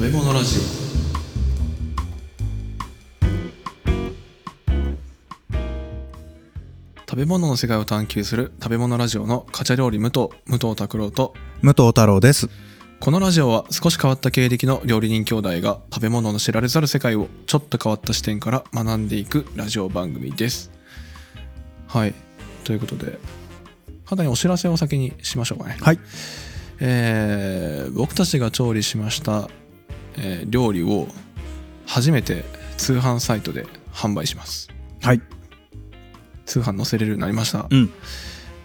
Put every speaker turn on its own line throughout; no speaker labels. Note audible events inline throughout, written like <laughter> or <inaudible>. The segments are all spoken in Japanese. べ物ラジオ食べ物の世界を探求する食べ物ラジオのカチャ料理武藤武藤拓郎と
武藤太郎です。
このラジオは少し変わった経歴の料理人兄弟が食べ物の知られざる世界をちょっと変わった視点から学んでいくラジオ番組ですはいということで肌にお知らせを先にしましょうかね
はい。
えー僕たちが調理しました、えー料理を初めて通販サイトで販売します
はい。
通販載せれるようになりました、
うん。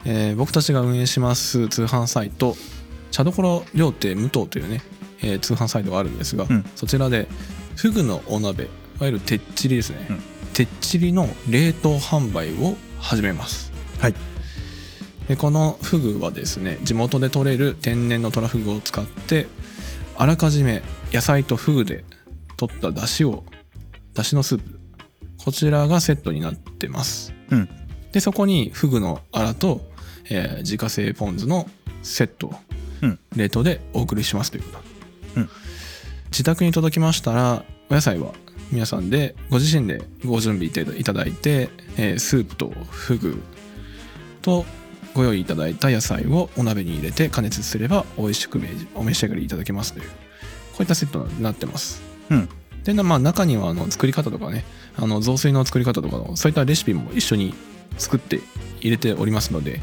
えー僕たちが運営します通販サイト茶どころ料亭無糖というね、えー通販サイトがあるんですが、
うん
そちらでフグのお鍋いわゆるてっちりですね、
うん
てっちりの冷凍販売を始めます
はい。
でこのフグはですね地元で採れる天然のトラフグを使ってあらかじめ野菜とフグで取った出汁を出汁のスープこちらがセットになってます
うん。
でそこにフグのアラと、えー自家製ポン酢のセットを
うん
冷凍でお送りしますということ、
うん
自宅に届きましたらお野菜は皆さんでご自身でご準備いただいて、えースープとフグとご用意いただいた野菜をお鍋に入れて加熱すれば美味しくめお召し上がりいただけますというこういったセットになってます
うん。
で、なまあ、中にはあの作り方とかねあの雑炊の作り方とかのそういったレシピも一緒に作って入れておりますので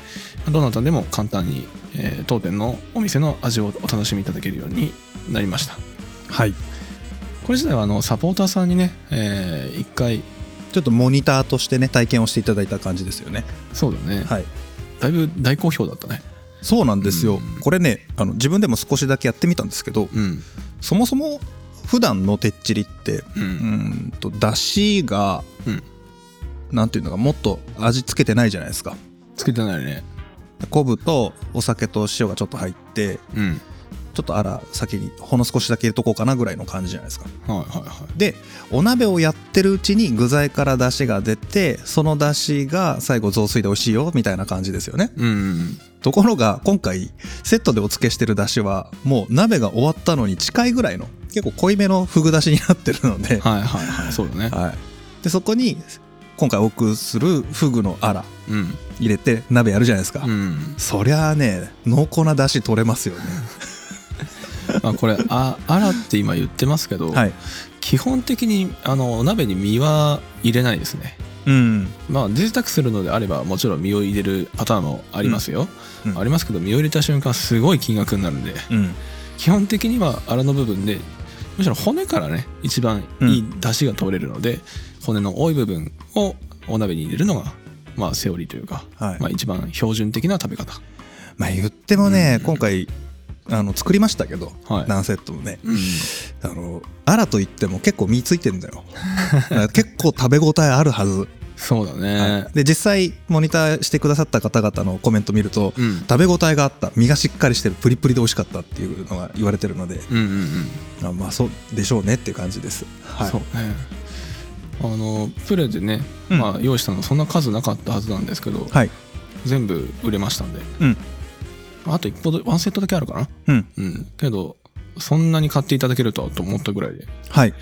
どなたでも簡単に、えー当店のお店の味をお楽しみいただけるようになりました
はい。
これ自体はあのサポーターさんにね、えー一回
ちょっとモニターとしてね、体験をしていただいた感じですよね。
そうだね、
はい。
だいぶ大好評だったね
そうなんですよ
うん。
これね、あの自分でも少しだけやってみたんですけど、
うん
そもそも普段のてっちりって、
う
うんーんと、だしが、
うん
なんていうのか、もっと味付けてないじゃないですか。
つけてないね
昆布とお酒と塩がちょっと入って、
うん
ちょっとあら先にほんの少しだけ入れとこうかなぐらいの感じじゃないですか。
はいはいはい
でお鍋をやってるうちに具材から出汁が出てその出汁が最後雑炊で美味しいよみたいな感じですよね
うんうん
ところが今回セットでお付けしてる出汁はもう鍋が終わったのに近いぐらいの結構濃いめのフグ出汁になってるので,、
<laughs> はいはいはいそうだね
はい、でそこに今回お送りするフグのアラ
うん
入れて鍋やるじゃないですか、
うん
そりゃあね濃厚な出汁取れますよね
まあこれああらって今言ってますけど、
はい
基本的にあのお鍋に身は入れないですね
うん
まあ贅沢するのであればもちろん身を入れるパターンもありますよ、
うんうん
ありますけど身を入れた瞬間すごい金額になるんで
うん
基本的にはあらの部分でむしろ骨からね一番いい出汁が取れるので、骨の多い部分をお鍋に入れるのがまあセオリーというか、
はい
まあ、一番標準的な食べ方
まあ言ってもね、
うん
今回あの作りましたけど、
はい
何セットもね、
うん
あのアラといっても結構身ついてんだ
<laughs>
よだから結構食べ応えあるはず、
そうだね、
で実際モニターしてくださった方々のコメント見ると、
うん
食べ応えがあった身がしっかりしてるプリプリで美味しかったっていうのが言われてるので
うんうんうん
あまあそうでしょうねっていう感じですはい
そうねあのプレでね、
うん
まあ、用意したのそんな数なかったはずなんですけど、
はい
全部売れましたんで
うん
あと1個でワンセットだけあるかな
うん
うんけどそんなに買っていただけるとはと思ったぐらいで
はい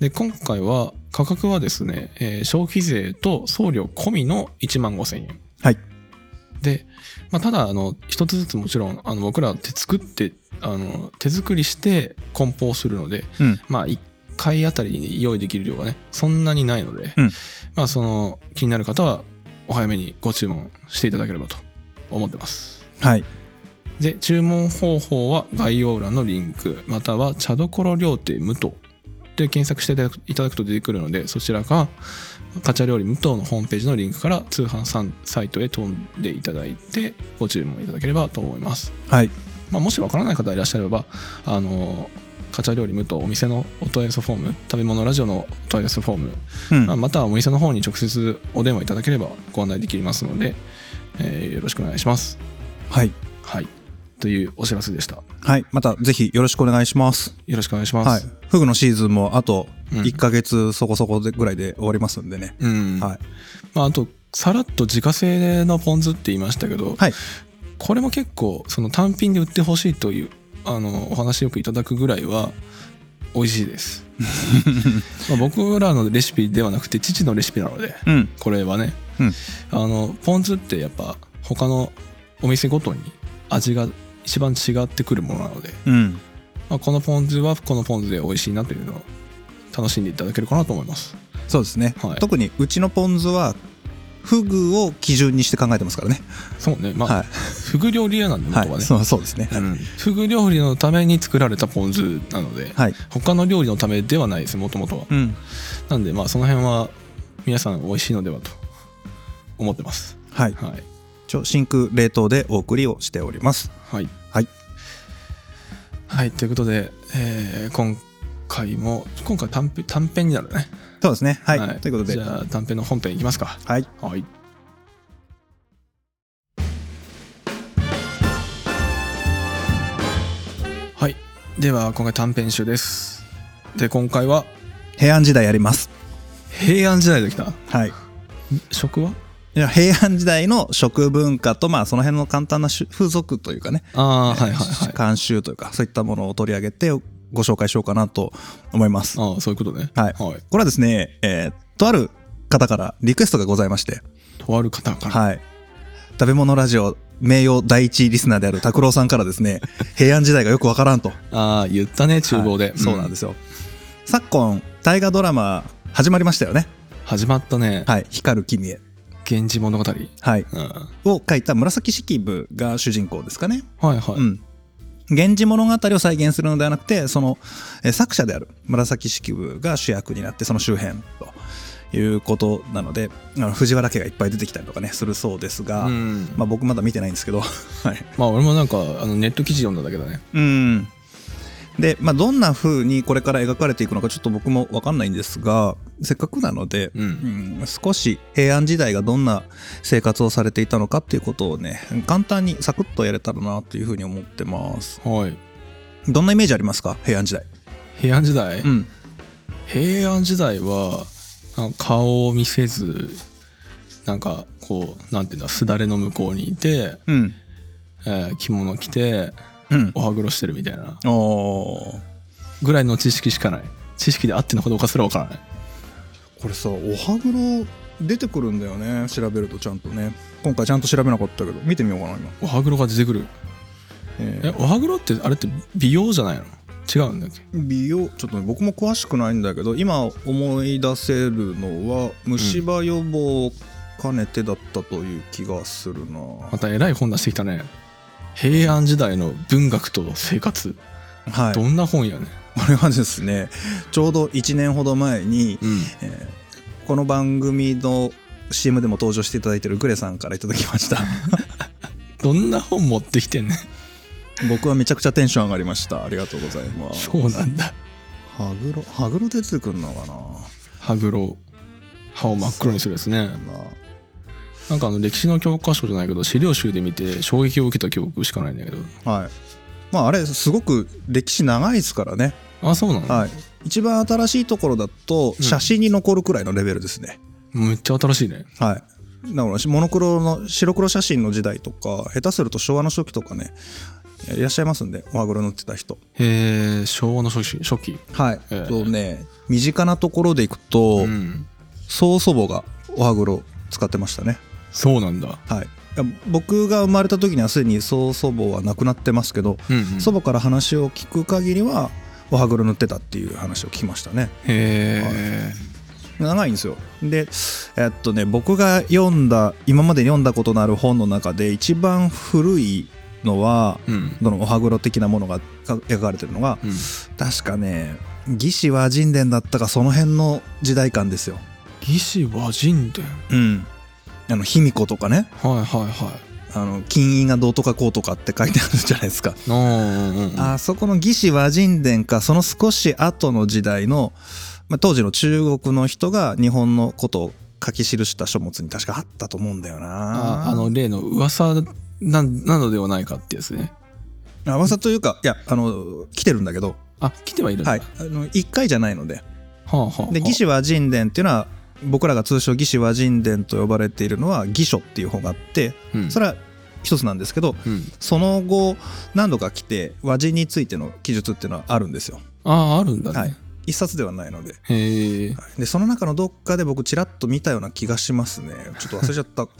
で今回は価格はですね、えー消費税と送料込みの1万5000円
はい
で、まあ、ただあの一つずつもちろんあの僕ら手作ってあの手作りして梱包するので
うん
まあ、1回あたりに用意できる量がね、そんなにないので、
うん
まあ、その、気になる方は、お早めにご注文していただければと思ってます。
はい
で、注文方法は概要欄のリンク、または、茶どころ料亭無糖で検索していただくいただくと出てくるので、そちらか、カチャ料理無糖のホームページのリンクから通販さんサイトへ飛んでいただいて、ご注文いただければと思います。
はい
まあ、もしわからない方いらっしゃれば、あの、カチャ料理無とお店のお問い合わせフォーム、食べ物ラジオのお問い合わせフォーム、
うん
まあ、またはお店の方に直接お電話いただければご案内できますので、えーよろしくお願いします。
はい
はい。というお知らせでした。よ
はいまたぜひよろしくお願いします
ろしくお願いします。
はいフグのシーズンもあと
うん
1ヶ月そこそこでぐらいで終わりますんでね、
うん。
はい
まあ、あと、さらっと自家製のポン酢って言いましたけど、
はい
これも結構、その単品で売ってほしいという、あの、お話よくいただくぐらいは、美味しい
<laughs>
です。まあ僕らのレシピではなくて父のレシピなので
うん。
これはね、
うん
あのポン酢ってやっぱ他のお店ごとに味が一番違ってくるものなので、
うん。
まあ、このポン酢はこのポン酢で美味しいなというのを楽しんでいただけるかなと思います。
そうですね。
はい
特にうちのポン酢は、フグを基準にして考えてますからね。
そうね、まあ、
は
フグ料理屋なんで
い。
元はね、
はい。そうそうですね。
うんフグ料理のために作られたポン酢なので、
はい。
他の料理のためではないですもともとは、
うん。
なんでまあその辺は皆さん美味しいのではと思ってます
はい。
はい
一応真空冷凍でお送りをしております。
はい
はい。
はいということで、えー今回も今回短編短編になるね
そうですね。はい。ということで
じ。ゃあ短編の本編いきますか
はい。
はいはいでは今回短編集ですで今回は
平安時代やります。
平安時代できた
はい。
食はい
や平安時代の食文化と、まあ、その辺の簡単なし風俗というかね、
ああはいはいはい
慣習というか、そういったものを取り上げてご紹介しようかなと思います。こ
ああそういうことね
はい
はい、
れはですね、えーとある方からリクエストがございまして、
とある方から、
はい。食べ物ラジオ名誉第一リスナーである拓郎さんからで
<laughs>
すね、平安時代がよくわからんと。
ああ言ったね厨房で、
はいそうなんですすよ。昨今、大河ドラマ始まりましたよね。
始まったね、
はい。光る君へ。
源氏物語、うん、
はい。
は
を書いた紫式部が主人公ですかね。
いはい、
うん。源氏物語を再現するのではなくて、その、えー作者である紫式部が主役になって、その周辺ということなので、あの藤原家がいっぱい出てきたりとかね、するそうですが、
うん
まあ僕まだ見てないんですけど、 <laughs> はい。
まあ俺もなんかあのネット記事読んだだけだね
うん。で、まあどんな風にこれから描かれていくのかちょっと僕もわかんないんですが、せっかくなので、
うん
うん少し平安時代がどんな生活をされていたのかっていうことをね、簡単にサクッとやれたらなというふうに思ってます。
はい
どんなイメージありますか平安時代。
平安時代、
ん。
平安時代はあの顔を見せずなんかこうなんていうんだすだれの向こうにいて、
うん。
えー着物着て
うん。
お歯黒してるみたいな
おー
ぐらいの知識しかない知識であってんのかどうかすらわからない
これさ、お歯黒出てくるんだよね。調べるとちゃんとね。今回ちゃんと調べなかったけど、見てみようかな、今。
お歯黒が出てくる
え
えお歯黒ってあれって美容じゃないの違うんだっけ
ー美容、ちょっとね、僕も詳しくないんだけど、今思い出せるのは、虫歯予防を兼ねてだったという気がするな。
またえらい本出してきたね平安時代の文学と生活、
はい。
ど
こ
んな本やね
れはですね、 <laughs> ちょうど1年ほど前に、
うん
えーこの番組の CM でも登場していただいてるグレさんからいただきま <laughs> した。
どんな本持ってきてんね
僕はめちゃくちゃテンション上がりましたありがとうございます <laughs>
そうなんだ
ハグロハグロ出てくるのかな
歯黒歯を真っ黒にするやつね
まあ
なんかあの歴史の教科書じゃないけど資料集で見て衝撃を受けた記憶しかないんだけど
はいまああれすごく歴史長いですからね、
あそうなの、
はい一番新しいところだと
うん
写真に残るくらいのレベルですね、
めっちゃ新しいね
はいだからモノクロの白黒写真の時代とか下手すると昭和の初期とかねいらっしゃいますんでおハグロ乗ってた人
へえ昭和の初期初期
はい、
ええ
とね身近なところでいくと、
うん
曽祖母がおハグロ使ってましたね
そうなんだ
はい、いや僕が生まれた時にはすでに曽祖母は亡くなってますけど、
うん、うん、
祖母から話を聞く限りはお歯黒塗ってたっていう話を聞きましたね
へえ
長いんですよでえっとね僕が読んだ今までに読んだことのある本の中で一番古いのは
うん
どのお歯黒的なものがか描かれてるのが
うん
確かね魏志は神殿だったかその辺の時代感ですよ
魏志和人伝
うんあの卑弥呼とかね
はいはいはい
あの金印がどうとかこうとかって書いてあるじゃないですか
あーうんうん
あそこの魏志和人伝かその少し後の時代の、まあ、当時の中国の人が日本のことを書き記した書物に確かあったと思うんだよな
ああの例の噂ななのではないかってやつね
あわさというかいやあの来てるんだけど、
あ来てはいるんだ、
はい、あの1回じゃないので
はあはあはあ、
で魏志和人伝っていうのは僕らが通称魏志和人伝と呼ばれているのは魏書っていう本があって
うん、
それは一つなんですけど
うん
その後何度か来て和人についての記述っていうのはあるんですよ
ああ、あるんだね。
はい、一冊ではないので
へえ。
でその中のどっかで僕ちらっと見たような気がしますねちょっと忘れちゃった <laughs>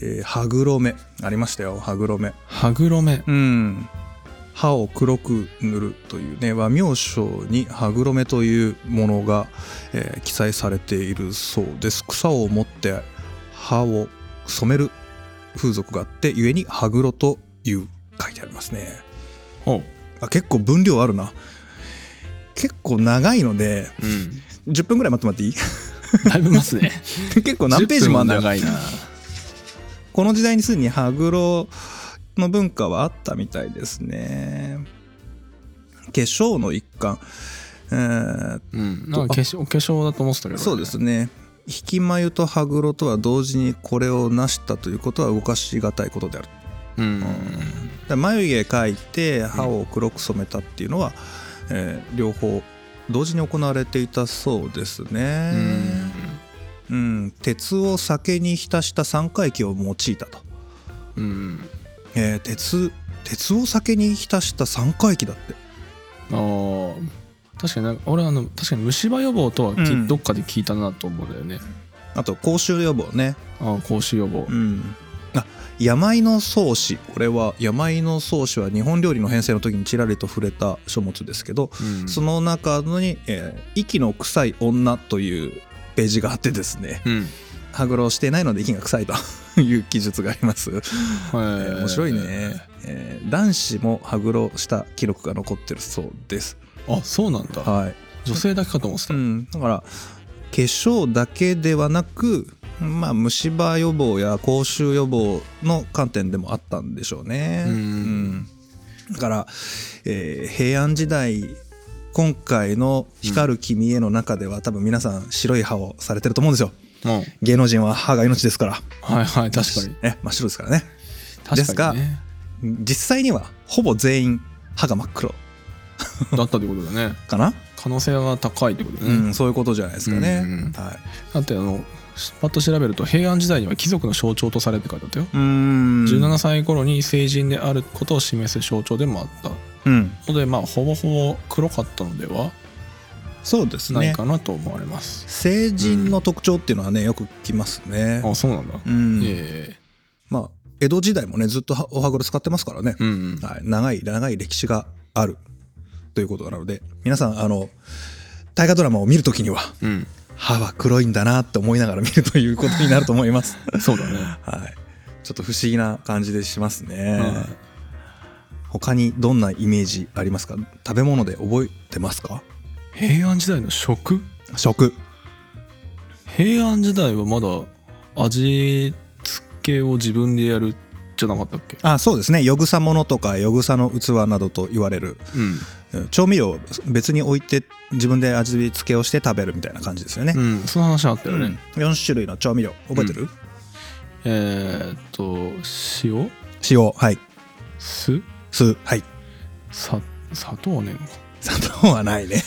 えー歯黒目ありましたよ歯黒目
歯黒目。
うん歯を黒く塗るというね和名称に歯黒目というものが、えー記載されているそうです草を持って歯を染める風俗があって故に歯黒という書いてありますね
おう。
あ結構分量あるな結構長いので
うん。
10分ぐらい待ってもらっていい
だいぶますね。
結構 <laughs> 何ページもあるんだよ
10分長いな。
この時代にすでに羽黒の文化はあったみたいですね化粧の一環、えー
うん。なんか化粧、お化粧だと思ってたけど。
そうで。すね引き眉と羽黒とは同時にこれを成したということは動かしがたいことである
うん。
だから眉毛描いて歯を黒く染めたっていうのは、えー両方同時に行われていたそうですね
うん。
うん、鉄を酒に浸した三回忌を用いたと
うん。
えー鉄鉄を酒に浸した三回忌だって
ああ。確かになんか俺あの確かに虫歯予防とはき、
うん
どっかで聞いたなと思うんだよね。
あと口臭予防ね
ああ口臭予防
う。んあ病の草子これは病の草子は日本料理の編成の時にちらりと触れた書物ですけど、
うん
その中に、えー息の臭い女」というページがあってです
<laughs>
ね
うん。へ
歯黒してないので息が臭いと <laughs> いう記述があります、え
ー
ー面白いね、えー男子も歯黒した記録が残ってるそうです
あそうなんだ。
はい
女性だけかと思って
う
た。
ん、だから化粧だけではなく、まあ、虫歯予防や口臭予防の観点でもあったんでしょうね。
うん
うんだから、えー平安時代今回の「光る君へ」の中では、多分皆さん白い歯をされてると思うんですよ。
うん。
芸能人は歯が命ですから
はいはい確かに。
ね真っ白ですからねで
確
す
か
が
にね。
実際にはほぼ全員歯が真っ黒
だったということだね。
かな、
可能性は高いってことだ
う
ね。
んそういうことじゃないですかね。
うんうん
はい、
だってあのパッと調べると平安時代には貴族の象徴とされて書いてあったよ、
うん
17歳頃に成人であることを示す象徴でもあった
うん
のでまあほぼほぼ黒かったのでは
そうです
ない
ね
かなと思われます、
成人の特徴っていうのはねよく聞きますね。
あそうなんだ、
うん
え
まあ江戸時代もねずっとはお歯黒使ってますからね
え、うん
はい、長い長い歴史があるということなので皆さんあの大河ドラマを見るときには
うん、
歯は黒いんだなって思いながら見るということになると思います。
うん、 <laughs> そうだね、
はいちょっと不思議な感じでしますね、
うん
他にどんなイメージありますか食べ物で覚えてますか
平安時代の食
食
平安時代はまだ味付けを自分でやるじゃなかったっけ
あそうですねよぐさものとかよぐさの器などと言われる
うん
調味料を別に置いて自分で味付けをして食べるみたいな感じですよね、
うんその話あった
う
よね、
ん、4種類の調味料覚えてる、
えーっと塩
塩はい
酢
酢はい <laughs>
さ砂糖はねえのか
砂糖はない <laughs> ね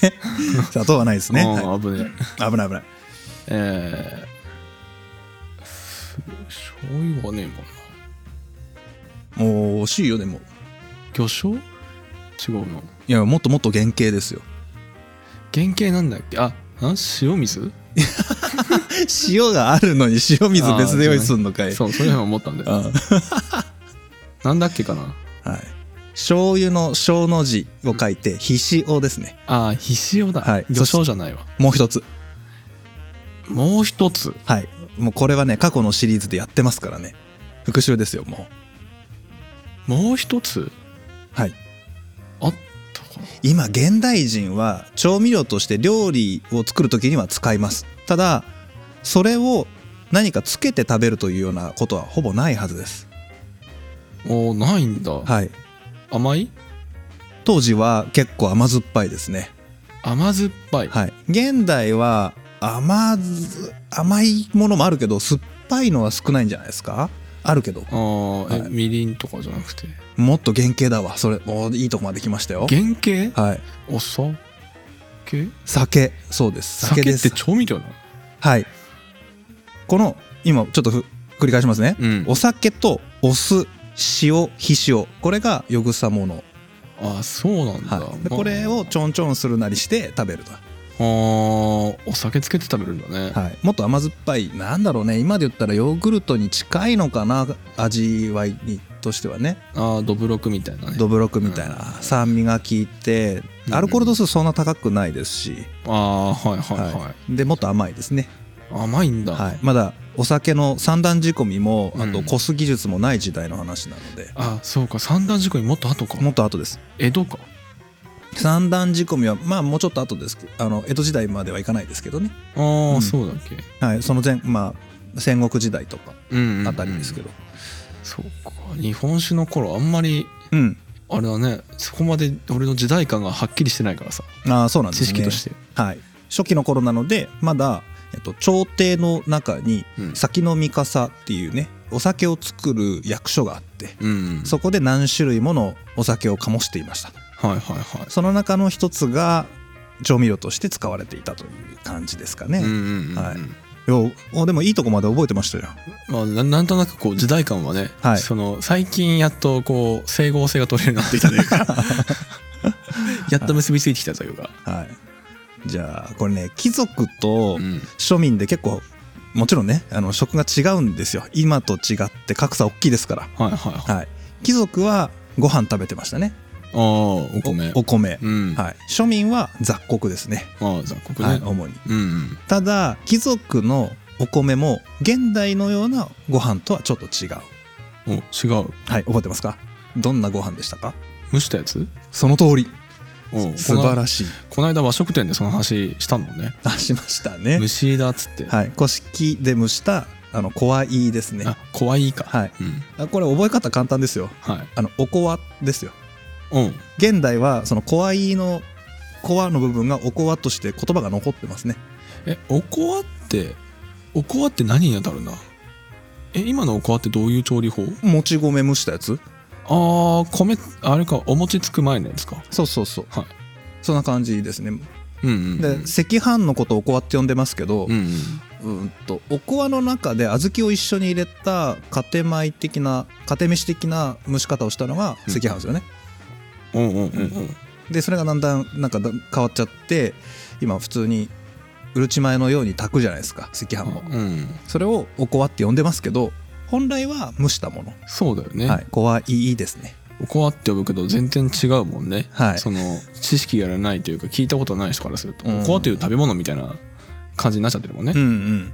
砂糖はないですね、
あ
は
あ危ねえ
い危ない危ない
えーす醤油はねえもんな
もう惜しいよでも
魚醤違うの
いやもっともっと原型ですよ
原型なんだっけあなん塩水
<laughs> 塩があるのに塩水別で用意すんのかい
そうそういうの思ったんだ
う
よ
んはい
なんだっけかな
醤油の醤の字を書いてひしおですね
あー必塩だ、
はい
魚醤じゃないわ
もう一つ
もう一つ
はいもうこれはね過去のシリーズでやってますからね復習ですよも
もう一つ
うはい
あったかな
今現代人は調味料として料理を作る時には使いますただそれを何かつけて食べるというようなことはほぼないはずです
おーないんだ、
はい
甘い
当時は結構甘酸っぱいですね
甘酸っぱい、
はい現代は甘ず甘いものもあるけど酸っぱいのは少ないんじゃないですかあるけど
あーえ、
はい
みりんとかじゃなくて
もっと原型だわそれもういいとこまで来ましたよ
原型
はい
お酒
酒そうです
酒
酒で
っ
す
て調味料なの
はいこの今ちょっとふ繰り返しますね
うん
お酒とお酢塩ひしおこれがよぐさもの
あそうなんだ、
はい、でこれをちょんちょんするなりして食べると、
あーお酒つけて食べるんだね、
はい、もっと甘酸っぱいなんだろうね今で言ったらヨーグルトに近いのかな味わいにとしてはね
ああドブロクみたいなね
どぶろくみたいな酸味が効いて
うん
アルコール度数そんな高くないですし、
ああはいはいはい、
はい、でもっと甘いですね、
甘いんだ、
はい、まだお酒の三段仕込みも
うん
あとこす技術もない時代の話なので、
あそうか三段仕込みもっと後か
もっと後です
江戸か
三段仕込みはまあもうちょっと後ですけどあの江戸時代まではいかないですけどね、
ああ、
うん
そうだっけ
はい、その前まあ戦国時代とか
うんうんうん
あたりですけど
そうか日本酒の頃あんまり
うん、
あれだねそこまで俺の時代感がはっきりしてないからさ
ああそうなんです
知
ね
識として、
はい、初期の頃なのでまだ、えっと、朝廷の中に
うん
先の三笠っていうねお酒を作る役所があって
うん
そこで何種類ものお酒を醸していました
はいはいはい
その中の一つが調味料として使われていたという感じですかね、
うんうんうんうん
はいようおでもいいとこまで覚えてましたよ
まあ、ななんとなくこう時代感はね、
はい
その最近やっとこう整合性が取れるようになってきたというか
<laughs>
<laughs> やっと結びついてきたというか、
はいじゃあこれね貴族と
うん
庶民で結構もちろんねあの職が違うんですよ今と違って格差大きいですから
はいはいはい
はい、貴族はご飯食べてましたね
ああお米
おお米、
うん、
はい、庶民は雑穀ですね、
まあ雑穀ね、
はい、主に
うんうん
ただ貴族のお米も現代のようなご飯とはちょっと違う
お違う
はい覚えてますかどんなご飯でしたか
蒸したやつ
その通り
おし
素晴
い
らしい
この間和食店でその話したもんね
あしましたね
蒸しだっつって、
はい古式で蒸したあの小いですね
あ怖いか
はい
うん
あこれ覚え方簡単ですよ
はい
あのおこわですよ
うん
現代はその小いの小わの部分がおこわとして言葉が残ってますね
えおこわっておこわって何に当たるんだえ今のおこわってどういう調理法
もち米蒸したやつ
ああ米あれかお餅つく前のやつか
そうそうそう
はい
そんな感じですね
うんうん
で赤飯のことをおこわって呼んでますけど
うん、うん
うんとおこわの中で小豆を一緒に入れた家庭米的な家庭飯的な蒸し方をしたのが赤飯ですよね、
うんうんうんうん
でそれがだんだんなんかだ変わっちゃって今普通にうるち米のように炊くじゃないですか赤飯も、
うん
それをおこわって呼んでますけど本来は蒸したもの
そうだよね、
はいこわいいですね
おこわって呼ぶけど全然違うもんね、
はい
その知識がないというか聞いたことない人からすると、
うん
おこわという食べ物みたいな感じになっちゃってるもんね、
うんうん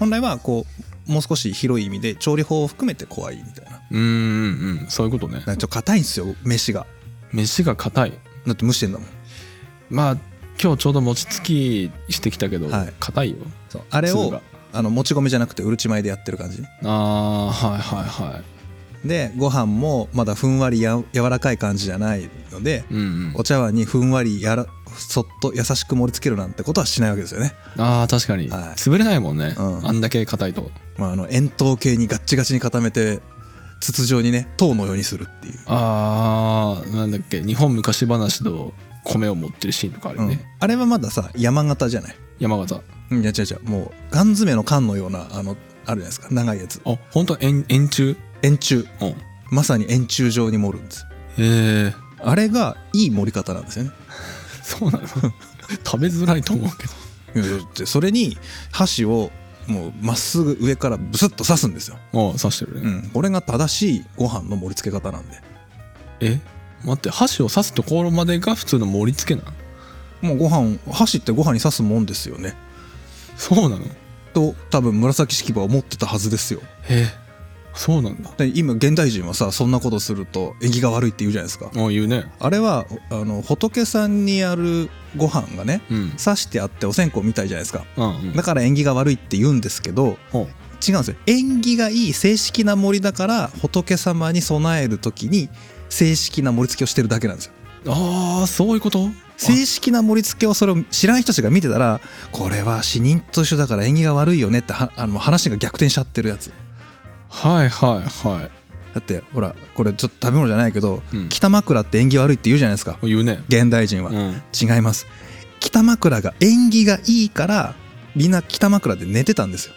本来はこうもう少し広い意味で調理法を含めてこわいみたいな
うん、うんうんうんそういうことね
なんかちょっと硬いんですよ飯が
飯が硬い
だって蒸してんだもん
まあ今日ちょうど餅つきしてきたけど
はい
硬、い、よ
そうあれ
粒
を
が
あのもち米じゃなくてうるち米でやってる感じね
あーはいはいはい
でご飯もまだふんわりや柔らかい感じじゃないので
うんうん
お茶碗にふんわりやらそっと優しく盛り付けるなんてことはしないわけですよね、
あー確かに、
はい
潰れないもんね、
うん
あんだけ硬いと
まあ、あの円筒形にガッチガチに固めて筒状にね塔のようにするっていう、
あーなんだっけ日本昔話の米を持ってるシーンとかある
う
よ
ん
ね、
あれはまださ山形じゃない
山形
うんいや違う違うもう缶詰の缶のようなあのあるじゃないですか長いやつ
あ本当は円円柱
円柱
うんへ
まさに円柱状に盛るんです
え
あれがいい盛り方なんですよね
<laughs> そうなの <laughs> 食べづらいと思うけど
いやだってそれに箸をもうまっすぐ上からブスッと刺すんですよ、
ああ刺してる
う
ね、
ん、これが正しいご飯の盛り付け方なんで
え待って箸を刺すところまでが普通の盛り付けなの
もうご飯箸ってご飯に刺すもんですよね
そうなのへ
と多分紫式部は思ってたはずですよ
えそうなんだあ
で今現代人はさそんなことすると縁起が悪いって言うじゃないですか
あ言うね
あれはあの仏さんにやるご飯がね
うん
刺してあってお線香みたいじゃないですか
うんうん
だから縁起が悪いって言うんですけど
ほう
違うんですよ縁起がいい正式な森だから仏様に備える時に正式な盛り付けをしてるだけなんですよ
ああそういうこと
正式な盛り付けをそれを知らん人たちが見てたらこれは死人と一緒だから縁起が悪いよねってはあの話が逆転しちゃってるやつ
はいはいは
だってほらこれちょっと食べ物じゃないけど、
うん
北枕って縁起悪いって言うじゃないですか
い言うね
現代人は、
うん
違います北枕が縁起がいいからみんな北枕で寝てたんですよ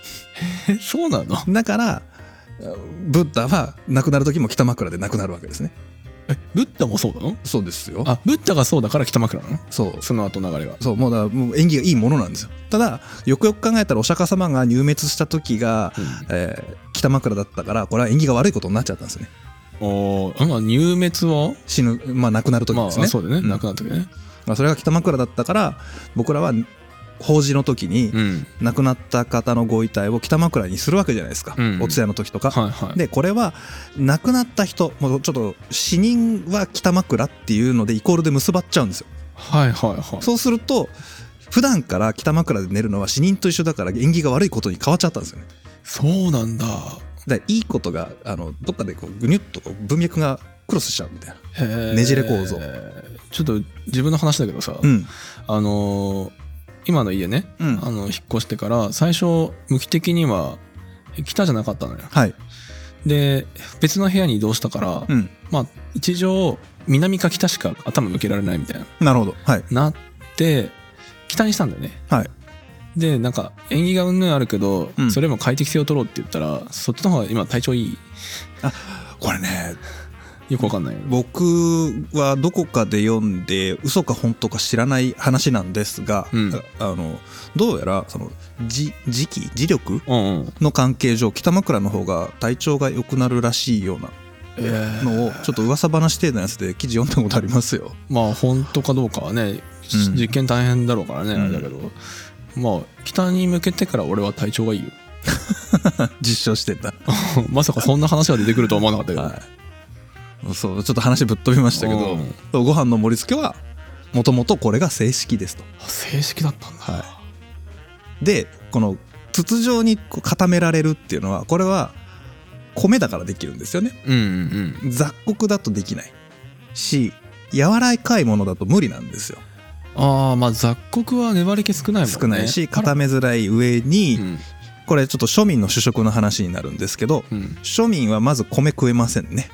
えそうなの <laughs>
だからブッダは亡くなる時も北枕で亡くなるわけですね
えブッダもそうなの
そうですよ
あブッダがそうだから北枕なの
そう
その後流れが
そうもうだからもう演技がいいものなんですよただよくよく考えたらお釈迦様が入滅した時が、えー北枕だったからこれは縁起が悪いことになっちゃったんですね
おーあまあ入滅は
死ぬまあ亡くなる時
ま
で
あ
すね、
そうだよね
ん
亡くなった時ね
まあそれが北枕だったから僕らは法事の時に
うん
亡くなった方のご遺体を北枕にするわけじゃないですか、
うん
お通夜の時とか、
はいはい
でこれは亡くなった人もうちょっと死人は北枕っていうのでイコールで結ばっちゃうんですよ
はいはいはい
そうすると普段から北枕で寝るのは死人と一緒だから縁起が悪いことに変わっちゃったんですよね
そうなんだ
だからいいことがあのどっかでこうぐにゅっとこう文脈がクロスしちゃうみたいな
へー
ねじれ構造
ちょっと自分の話だけどさ、
うん
あのー今の家ね、
うん
あの引っ越してから最初向き的には北じゃなかったのよ
はい
で別の部屋に移動したから、
うん
まあ一応南か北しか頭向けられないみたいな
なるほどはい
なって北にしたんだよね
はい
でなんか縁起がうんぬんあるけど、
うん
それよりも快適性を取ろうって言ったらそっちの方が今体調いい
これね
よくわかんないけど
僕はどこかで読んで嘘か本当か知らない話なんですが、
うん
あのどうやらそのじ磁気磁力
うんうん
の関係上北枕の方が体調が良くなるらしいような
えー
のをちょっと噂話程度のやつで記事読んだことありま
<laughs>
すよ。
まあ本当かどうかはね、
うん
実験大変だろうからね、
うん
あれだけどまあ北に向けてから俺は体調がいいよ <laughs>
実証してた。
まさかそんな話が出てくるとは思わなかったけど、
はい。そう、ちょっと話ぶっ飛びましたけど
うん、
そうご飯の盛り付けは、もともとこれが正式ですと。
あ正式だったんだ、
はで、この筒状にこう固められるっていうのは、これは米だからできるんですよね。
うんうん
雑穀だとできないし、柔らかいものだと無理なんですよ。
ああまあ雑穀は粘り気少ないもんね
少ないし、固
め
めづらい上に、
うん
これちょっと庶民の主食の話になるんですけど、
うん、
庶民はまず米食えませんね。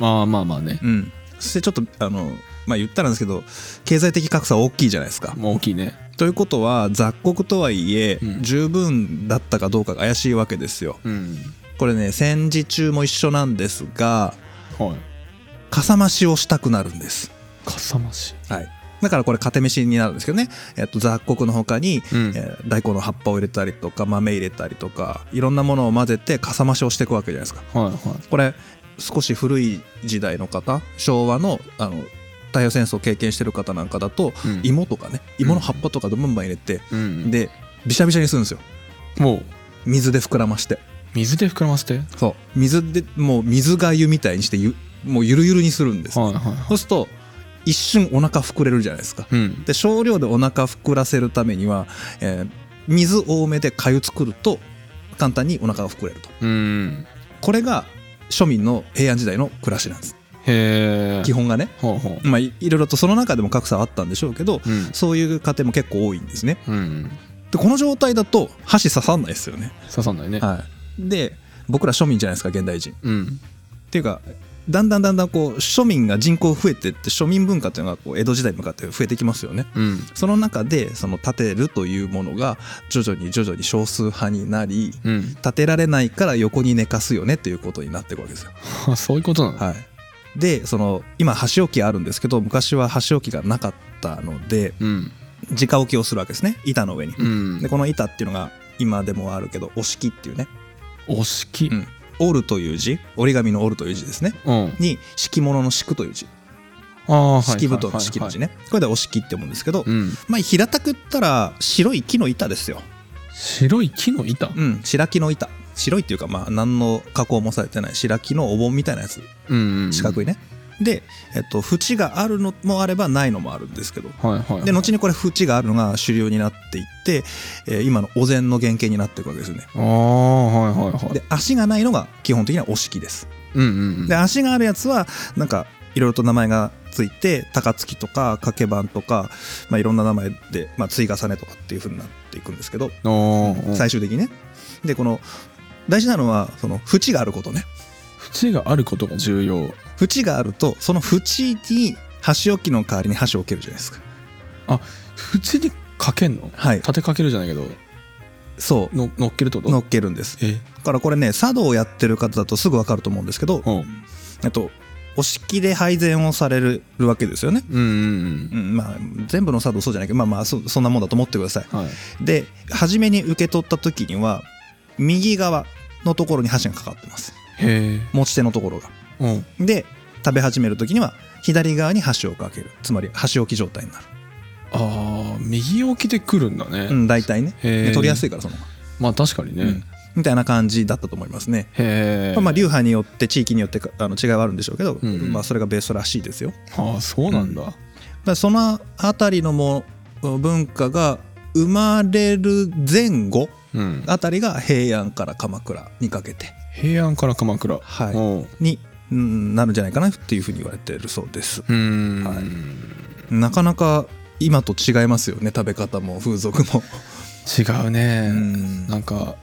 まあまあまあね
うん。そしてちょっと、あの、まあ、言ったらなんですけど、経済的格差は大きいじゃないですか。
もう大きいね
ということは、雑穀とはいえ、
うん
十分だったかどうかが怪しいわけですよ。
うん
これね、戦時中も一緒なんですが、
はい
かさ増しをしたくなるんです。
かさ増し
はい。だからこれ、かて飯になるんですけどね、えっと、雑穀の他に、
うん
えー大根の葉っぱを入れたりとか、豆入れたりとか、いろんなものを混ぜて、かさ増しをしていくわけじゃないですか。
はいはい
これ少し古い時代の方昭和のあの太平洋戦争を経験してる方なんかだと、
うん
芋とかね芋の葉っぱとかどんどん入れて、
うん、
でびしゃびしゃにするんですよ
もう
水で膨らまして
水で膨らませてはい
そう水でもう水がゆみたいにしてゆもうゆるゆるにするんです、
はいは
そうすると一瞬お腹膨れるじゃないですか
いうん
で少量でお腹膨らせるためには、えー水多めで粥作ると簡単にお腹が膨れると
うん
これが庶民の平安時代の暮らしなんです
へえ
基本がね
ほうほう
まあ、いいろいろとその中でも格差はあったんでしょうけど、
うん
そういう家庭も結構多いんですね。
うん
で、この状態だと箸刺さんないですよね。
刺さんないね
はい。で、僕ら庶民じゃないですか、現代人。
うん
っていうか、だんだんだんだんこう、庶民が人口増えてって、庶民文化っていうのがこう江戸時代に向かって増えてきますよね。
うん
その中で、その建てるというものが、徐々に徐々に少数派になり、
うん
建てられないから横に寝かすよねっていうことになっていくわけですよ。
あ <laughs> そういうことなの
はい。で、その、今箸置きあるんですけど、昔は箸置きがなかったので、
うん
直置きをするわけですね板の上に、
うん
でこの板っていうのが今でもあるけど押し木っていうね、
お式
うん折るという字折り紙の折るという字ですね
うん
に敷物の敷くという字
ああはい
敷布団の敷の字ねこれで押し木って思うんですけど、
うん
まあ平たく言ったら白い木の板ですよ
白い木の板
うん白木の板白いっていうかまあ何の加工もされてない白木のお盆みたいなやつ
うんうん
四角いね、で、えっと、縁があるのもあればないのもあるんですけど
はいはい
で後にこれ縁があるのが主流になっていって、えー今のお膳の原型になっていくわけですよね
ああはいはいはい
で足がないのが基本的にはお式です。
うんうんうん
で足があるやつはなんかいろいろと名前がついて高槻とか掛け板とか、まあ、いろんな名前で、まあ、追重ねとかっていう風になっていくんですけど
あー
最終的にね。でこの大事なのはその縁があることね。
縁があることが重要
縁があるとその縁に箸置きの代わりに箸を置けるじゃないですか。
縁にかけんの
はい。
立てかけるじゃないけど
そう。
の乗っけるってこと
乗っけるんです。
え
だからこれね茶道をやってる方だとすぐわかると思うんですけど、
うん
えっとおお式で配膳をされるわけですよね。
うんうん
うん、まあ全部の茶道そうじゃないけどまあまあそそんなもんだと思ってください。
うん。はい。
で初めに受け取った時には右側のところに箸がかかってます
へえ。
持ち手のところが
うん。
で食べ始める時には左側に箸をかけるつまり箸置き状態になる、
ああ、右置きで来るんだね。
うん、大体ね
へ
で
え。
取りやす
い。
いからその方が、
まあ確かにね。
うん、みたいな感じだったと思いますね、
へえ。
まあ、まあ流派によって地域によってかあの違いはあるんでしょうけど、
うんうん
まあ、それがベースらしいですよ
ああ、そうなんだ。
まあその辺りのも文化が生まれる前後
うん。
あたりが平安から鎌倉にかけて
平安から鎌倉。
はい
おう
にうんなるんじゃないかなっていうふうに言われてるそうです
うーん。
はいなかなか今と違いますよね食べ方も風俗
<laughs>
も
違う
う
ね。
ん
なんか、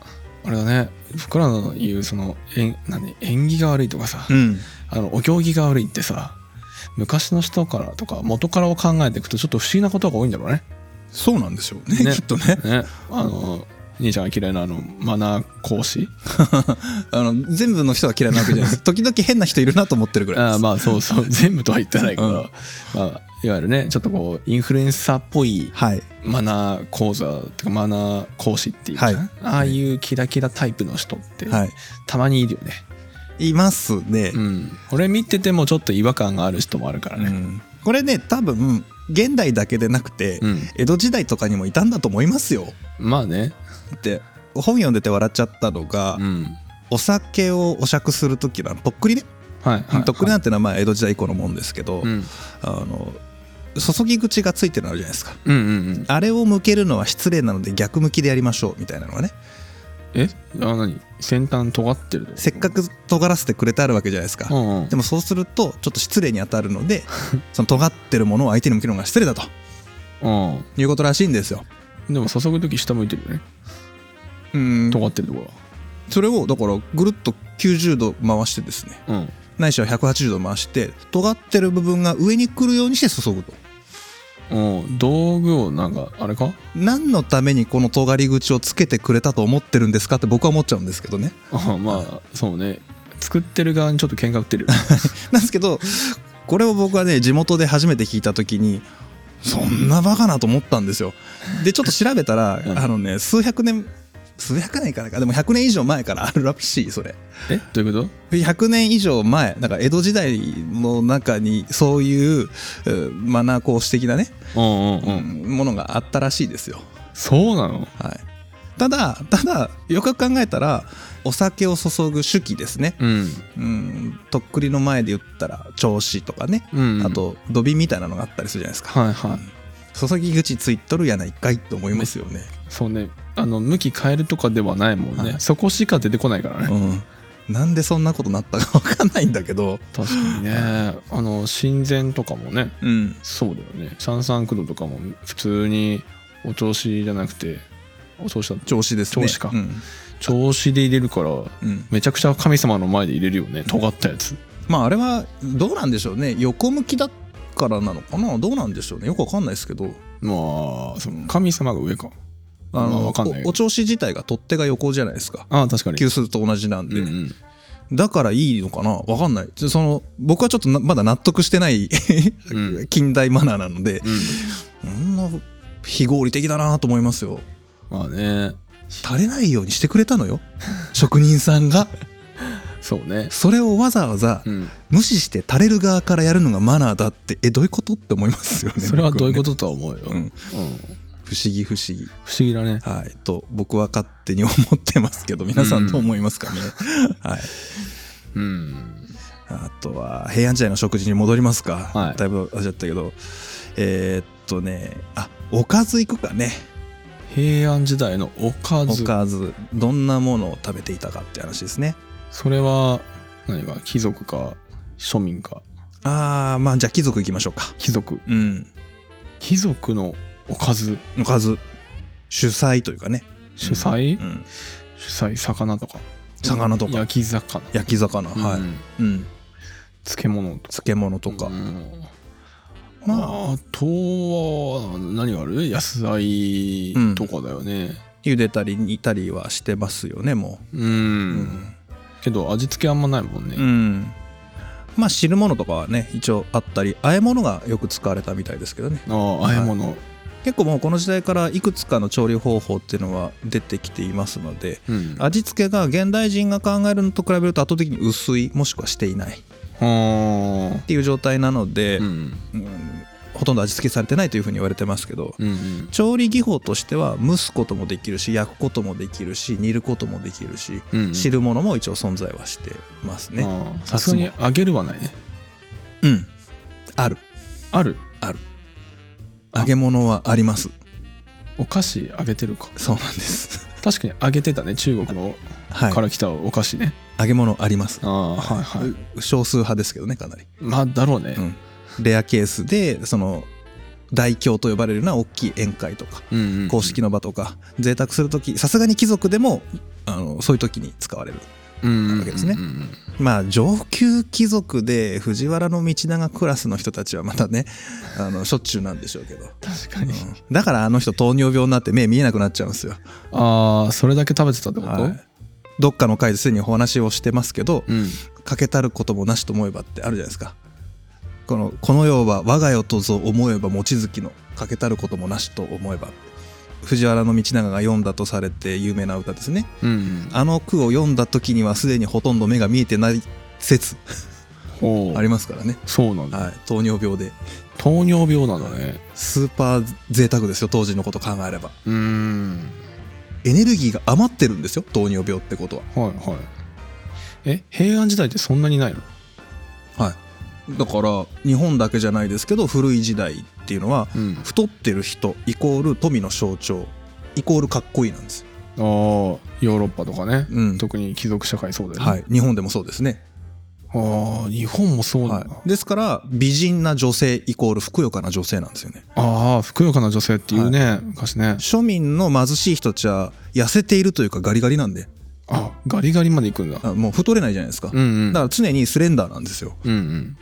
あれだね。僕らの言う、その、えん何縁起が悪いとかさ、
うん
あの、お行儀が悪いってさ、昔の人からとか元からを考えていくとちょっと不思議なことが多いんだろうね。
そうなんでしょうね
ね
きっとね
ね。あの、兄ちゃんが嫌いなあの、マナー講師
あの全部の人が嫌いなわけじゃな
<laughs>
いです時々変な人いるなと思ってるぐらい
あ
で
ー
す
まあそうそう <laughs> 全部とは言ってないけど、
うん
まあ、いわゆるねちょっとこうインフルエンサーっぽい
はい
マナー講座とかマナー講師っていうか、
はい
ああいうキラキラタイプの人って、
は
たまにいるよね、
いいますね
うん、これ見ててもちょっと違和感がある人もあるから
う
ね
んこれね多分現代だけでなくて、
うん、
江戸時代とかにもいたんだと思いますよ
まあね
って本読んでて笑っちゃったのが、
うん
お酒をお酌する時のあのとっくりね、
はいはい
とっくり
は
なんてのはまあ江戸時代以降のもんですけど、
いうん
あの注ぎ口がついてるのあるじゃないですか
うんうんうん
あれを向けるのは失礼なので逆向きでやりましょうみたいなのがね
えあ何先端尖ってる
せっかく尖らせてくれてあるわけじゃないです
う
か、
んうん
でもそうするとちょっと失礼に当たる
<laughs>
のでその尖ってるものを相手に向けるのが失礼だと
うん
いうことらしいんですよ
でも注ぐ時下向いてるよね
うん
尖ってるところ
それをだからぐるっと90度回してですね
はうん
ないしは180度回して尖ってる部分が上に来るようにして注ぐと
うん、道具をなんかあれか <laughs>
何のためにこの尖り口をつけてくれたと思ってるんですかって僕は思っちゃうんですけどね
あまあそうね作ってる側にちょっと喧嘩売ってる <laughs> よ
<laughs> なんですけどこれを僕はね地元で初めて聞いた時にそんなバカなと思ったんですよでちょっと調べたら、
<laughs> うん
あのね数百年数百年からかでも100年以上前からあるらしいそれ
えどういうこ
100年以上前だから江戸時代の中にそういううーマナー講師的なね、
とうんうんうん
ものがあったらしいですよ
そうなの
はい、ただただよくよく考えたらお酒を注ぐ手記ですね、
うん
うん、とっくりの前で言ったら調子とかね、
うん
あと土瓶みたいなのがあったりするじゃないですか、
はいはい
注ぎ口ついとるやないかいと思いますよね、
そうねあの向き変えるとかではないもんね、
はい
そこしか出てこないからね、
うん、なんでそんなことなったかわかんないんだけど、
確かにねあの神前とかもね
うん、
そうだよね三三九度とかも普通にお調子じゃなくてお調子だ
調子ですね
調子か
うん
調子で入れるから
うん
めちゃくちゃ神様の前で入れるよね尖ったやつ
まああれはどうなんでしょうね横向きだからなのかなどうなんでしょうねよくわかんないですけど
まあその神様が上か
あ
まあ
の、
わかんないけど
おお調子自体が取っ手が横じゃないですか
ああ確かに
急須と同じなんで、
うんうん
だからいいのかなわかんないその僕はちょっとなまだ納得してない <laughs>
うん
近代マナーなので、
うん
そんな非合理的だなと思いますよ
まあね
垂れないようにしてくれたの
<laughs>
よ職人さんが
そうね
それをわざわざ
うん
無視して垂れる側からやるのがマナーだってえどういうことって思いますよね、
それはどういうことととは思うよ、
僕はねうん、
うん
不思議不思議
不思議だね
はいと僕は勝手に思ってますけど皆さんどう思いますかね、はい
うん
<laughs> あとは平安時代の食事に戻りますか、
はい
だいぶ忘れちゃったけどえーっとねあおかずいくかね
平安時代のおか
お
ず
かずどんなものを食べていたかって話ですね
それは何が貴族か庶民か
あーまあじゃあ貴族いきましょうか
貴族
うん
貴族のおかず
おかず主菜というかね、
主菜、
うん、
主菜魚とか
魚とか
焼き魚
焼き魚、は
う
い、
ん
うん、
漬物と
漬物とか、
うん
まあ
あとは何がある野菜とかだよね
茹でたり煮たりはしてますよねも
うん、
ううん
けど味付けあんまないもんね、
うんまあ汁物とかはね一応あったり和え物がよく使われたみたいですけどね
ああ和え物、
結構もうこの時代からいくつかの調理方法っていうのは出てきていますので
うん
味付けが現代人が考えるのと比べると圧倒的に薄いもしくはしていないっ
はあ
ていう状態なので、
うん
うんほとんど味付けされてないというふうに言われてますけど、
うんうん
調理技法としては蒸すこともできるし焼くこともできるし煮ることもできるし
うん
汁物も一応存在はしてますね
ああさすがに揚げるはないね
うんある
ある
揚げ物はあります
お菓子揚げてるか
そうなんです
<laughs> 確かに揚げてたね中国の
はい
から来たお菓子ね、
揚げ物あります
ああはいはいう
少数派ですけどねかなり
まあだろうね
うんレアケースでその大凶と呼ばれるような大きい宴会とか
うんうんうん
公式の場とか贅沢する時さすがに貴族でもあのそういう時に使われる
うん
わけですね
うんうん
まあ上級貴族で藤原道長クラスの人たちはまた
<laughs>
ねあのしょっちゅうなんでしょうけど、
確か
う
に、
んだからあの人糖尿病になって目見えなくなっちゃうんですよ、
ああそれだけ食べてたってこと、
はい、どっかの回ですでにお話をしてますけど
うん
欠けたることもなしと思えばってあるじゃないですかこのこの世は我が世とぞ思えば望月の欠けたることもなしと思えば藤原道長が読んだとされて有名な歌ですね
うんうん
あの句を読んだ時にはすでにほとんど目が見えてない説
ほう
ありますからね
そうなんだ
はい、糖尿病で
糖尿病なのね
スーパー贅沢ですよ当時のこと考えれば
うーん
エネルギーが余ってるんですよ糖尿病ってことは
はいはいえ平安時代ってそんなにないの
はいだから日本だけじゃないですけど古い時代っていうのは
うん
太ってる人イコール富の象徴イコールかっこいいなんですよ、
ああヨーロッパとかね、
うん
特に貴族社会そうだよね、
はい、日本でもそうですね、
ああ日本もそうだな、
はい、ですから美人な女性イコールふくよかな女性なんですよね
ああふくよかな女性っていうね、昔ね
庶民の貧しい人たちは痩せているというかガリガリなんで
あガリガリまで行くんだ
あもう太れないじゃないですか、
うんうん
だから常にスレンダーなんですよ
うんうん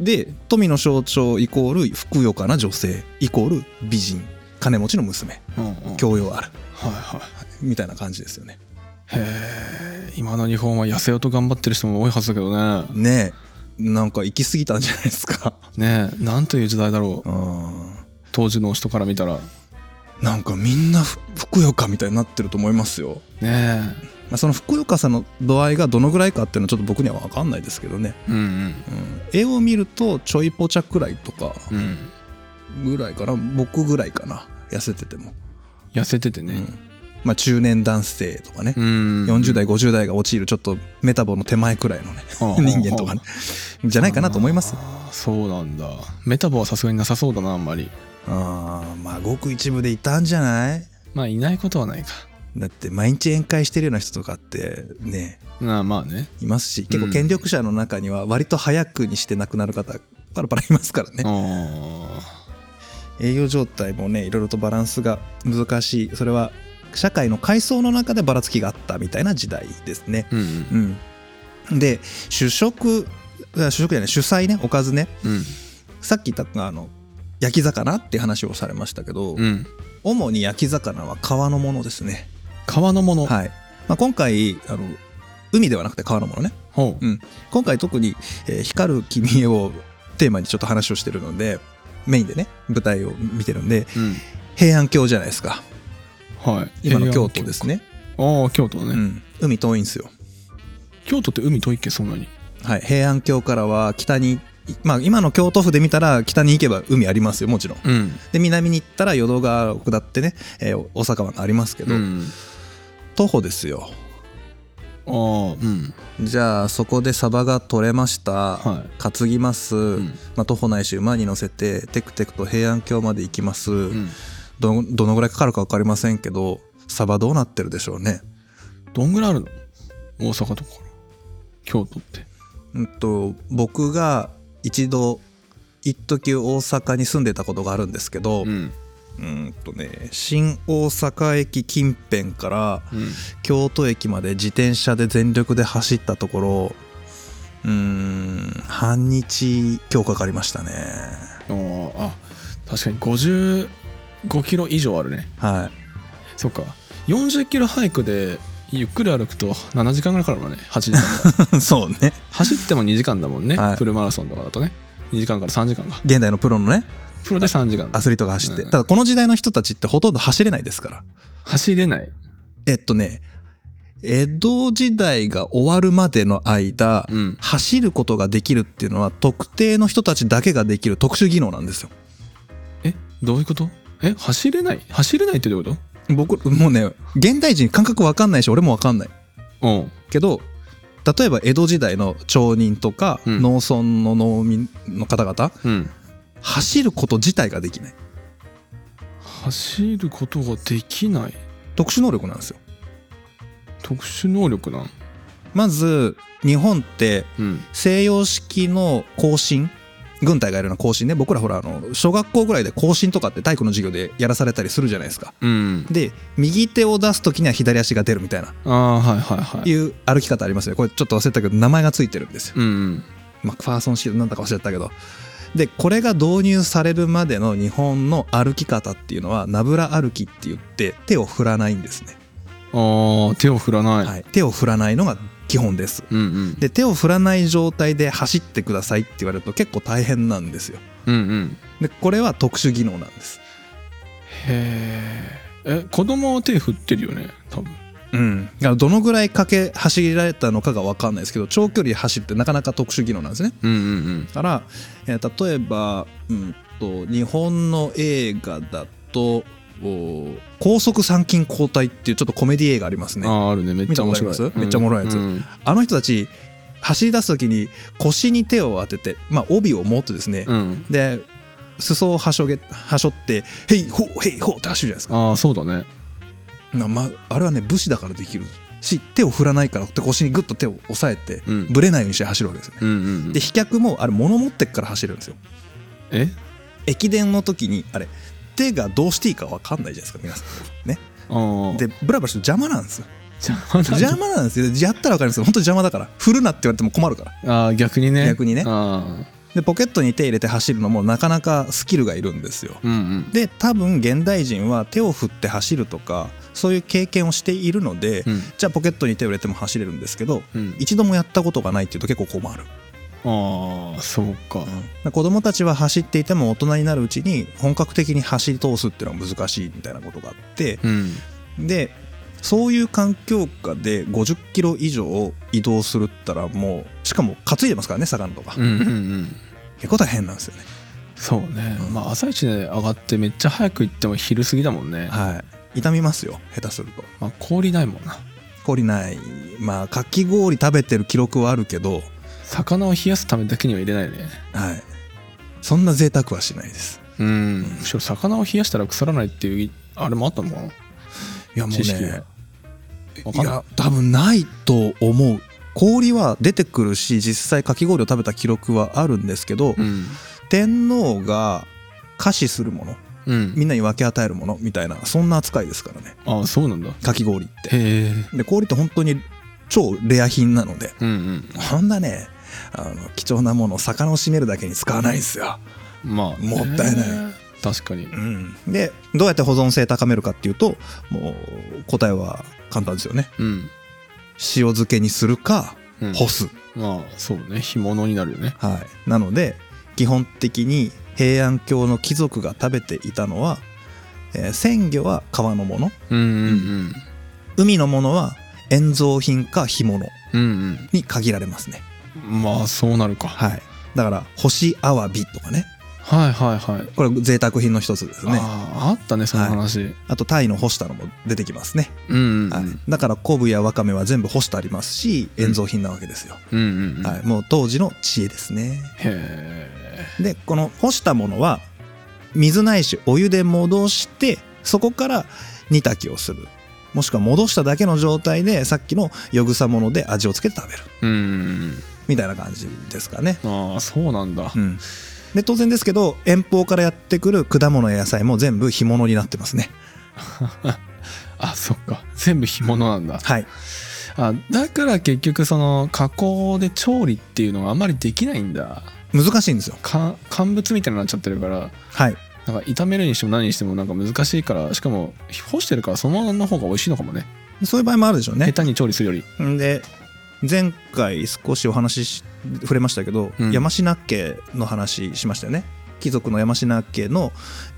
で富の象徴イコールふくよかな女性イコール美人金持ちの娘
うんうん
教養ある
はいはい
みたいな感じですよね
へえ今の日本は痩せようと頑張ってる人も多いはずだけどね
ねえなんか行き過ぎたんじゃないですか <laughs>
ねえなんという時代だろ
う
うん当時の人から見たら
なんかみんなふふくよかみたいになってると思いますよ
ね
まあそのふくよかさの度合いがどのぐらいかっていうのはちょっと僕には分かんないですけどね、
えうん
うん、絵を見るとちょいぽちゃくらいとか
うんうん
ぐらいかな僕ぐらいかな痩せてても、
痩せてて
う
ね
んまあ中年男性とかね、
うん
40代50代が陥るちょっとメタボの手前くらいのね
ああ
<laughs> 人間とかねじゃないかなと思います
ああそうなんだメタボはさすがになさそうだなあんまり
あーまあごく一部でいたんじゃない
まあいないことはないか
だって毎日宴会してるような人とかってね
まあまあね
いますし結
う
構
ん
権力者の中には割と早くにして亡くなる方パラパラいますからね
あ
栄養状態もねいろいろとバランスが難しいそれは社会の階層の中でばらつきがあったみたいな時代ですね
あうん
うんで主食あ主食じゃない主菜ねおかずね
うん
さっき言ったあの焼き魚って話をされましたけど、
うん
主に焼き魚は皮のものですね、
皮のもの
はいまあ、今回あの海ではなくて皮のものね、
ほう
うん、今回特に、えー光る君へ」をテーマにちょっと話をしてるのでメインでね舞台を見てるんで
うん
平安京じゃないですか
はい
今の京都ですね、
ああ京都
う
ね
ん、海遠いんですよ、
京都って海遠いっけそんなに
はい、平安京からは北にまあ今の京都府で見たら北に行けば海ありますよもちろん
うん
で南に行ったら淀川を下ってね、えー大阪湾がありますけど、
うん
徒歩ですよ
ああうん
じゃあそこでサバが取れました、
は
担ぎます、
ん
まあ、徒歩ないし馬に乗せてテクテクと平安京まで行きます、
いうん
どどのぐらいかかるか分かりませんけどサバどうなってるでしょうね
どんぐらいあるの大阪とかから京都って
うんと僕が一度一時大阪に住んでたことがあるんですけど、
ん
うんとね新大阪駅近辺から
うん
京都駅まで自転車で全力で走ったところうーん半日強かかりましたね
あーあ確かに55キロ以上あるね
は
そっか40キロハイクでゆっくり歩くと7時間ぐらいかかるもんね8時間
<laughs>
ぐらい
そうね。
走っても2時間だもんね、
はい
フルマラソンとかだとね2時間から3時間か
現代のプロのね、
プロで3時間
アスリートが走って。
うん
ただこの時代の人たちってほとんど走れないですから。
走れない、
えっとね、江戸時代が終わるまでの間、
うん、
走ることができるっていうのは特定の人たちだけができる特殊技能なんですよ。
えどういうことえ走れない走れないってどういうこ
僕、もうね、現代人感覚わかんないし、俺もわかんない。
とうん
けど、例えば江戸時代の町人とか、
うん
農村の農民の方々、
うん
走ること自体ができない。
走ることができない
特殊能力なんですよ。
特殊能力なん
まず、日本って
うん
西洋式の行進軍隊がやるような行進ね僕らほらあの小学校ぐらいで行進とかって体育の授業でやらされたりするじゃないですか
うん
で右手を出す時には左足が出るみたいな
ああはいはいはい
いう歩き方ありますよねこれちょっと忘れたけど名前がついてるんですよ、
うんうん
マクファーソン式なんだか忘れたけどでこれが導入されるまでの日本の歩き方っていうのはナブラ歩きって言って手を振らないんですね、
ああ手を振らない、
はい、手を振らないのが基本です
うんうん
で手を振らない状態で走ってくださいって言われると結構大変なんですよ
うんうん
でこれは特殊技能なんです。
へええ子供は手振ってるよね多分
うん、だからどのぐらいかけ走られたのかが分かんないですけど長距離走ってなかなか特殊技能なんですね。
うんうんうん
だから、えー例えば、うん、と日本の映画だとお「高速参勤交代」っていうちょっとコメディ映画ありますね。あ
あああるねめっちゃ面白
見
い
たことありますめっちゃおもろいやつ
うん
の人たち走り出す時に腰に手を当てて、まあ、帯を持ってですね、
うん
で裾をはしょげはしょって「へいほうへいほう」って走るじゃないですか。
ああそうだね
なまあれはね武士だからできるし手を振らないからって腰にグッと手を押さえて
うん
ぶれないようにして走るわけですよね、
うんうんうん
で飛脚もあれ物持ってっから走るんですよ
え
駅伝の時にあれ手がどうしていいか分かんないじゃないですか皆さんね
ああ
でブラブラしてると邪魔なんですよ
邪魔なんだ
邪魔なんですよやったら分かりますけど本当に邪魔だから振るなって言われても困るから
ああ逆にね
逆にね
あ
でポケットに手入れて走るのもなかなかスキルがいるんですよ
あうんうん
で多分現代人は手を振って走るとかそういう経験をしているので、
うん
じゃあポケットに手を入れても走れるんですけど、
うん
一度もやったことがないっていうと結構困る、
ああそうか
うん、子供たちは走っていても大人になるうちに本格的に走り通すっていうのは難しいみたいなことがあって
うん
でそういう環境下で50キロ以上を移動するったらもうしかも担いでますからねサガンとか、
うんうんうん
結構大変なんですよね
そうねまあ朝一で上がってめっちゃ早く行っても昼過ぎだもんね
はい痛みますよ下手すると
まあ氷ないもんな
氷ないまあかき氷食べてる記録はあるけど
魚を冷やすためだけには入れないね
はいそんな贅沢はしないです
うんむしろ魚を冷やしたら腐らないっていうあれもあったのかない
やもう
知識
ね
がわ
い
かんない
や多分ないと思う氷は出てくるし実際かき氷を食べた記録はあるんですけど、
うん
天皇が下賜するもの
うん
みんなに分け与えるものみたいなそんな扱いですからね
ああそうなんだへ
かき氷って
え
で氷って本当に超レア品なので
うん
そんなねあの貴重なものを魚を締めるだけに使わないんですよ
うんまあ
もったいない
ね確かに
うん、でどうやって保存性高めるかっていうともう答えは簡単ですよね
うん
塩漬けにするか
うん
干す、
まあそうね干物になるよね
はい、なので基本的に平安京の貴族が食べていたのは、えー鮮魚は川のもの
うんうん
海のものは塩蔵品か干物
うんうん
に限られますね
うんまあそうなるか
はいだから干しアワビとかね
はいはいはい
これ贅沢品の一つですねあ
あああったねその話、
とタイの干したのも出てきますね、
うんうんうん、
はい、だから昆布やわかめは全部干してありますし塩蔵品なわけですよ、
うんうんうん
はい、もう当時の知恵ですね。
へえ
でこの干したものは水ないしお湯で戻してそこから煮炊きをするもしくは戻しただけの状態でさっきのよぐさもので味をつけて食べる
うんうん
みたいな感じですかね。
うんああそうなんだ
うん、で当然ですけど遠方からやってくる果物や野菜も全部干物になってますね。
あそっか全部干物なんだ
はい、
あだから結局その加工で調理っていうのがあんまりできないんだ
難しいんですよ。
か乾物みたいになっちゃってるから
はい、
なんか炒めるにしても何にしてもなんか難しいからしかも干してるからそのままの方が美味しいのかもね
そういう場合もあるでしょうね
下手に調理するより
で前回少しお話しし触れましたけど、
うん
山科家の話しましたよね貴族の山科家の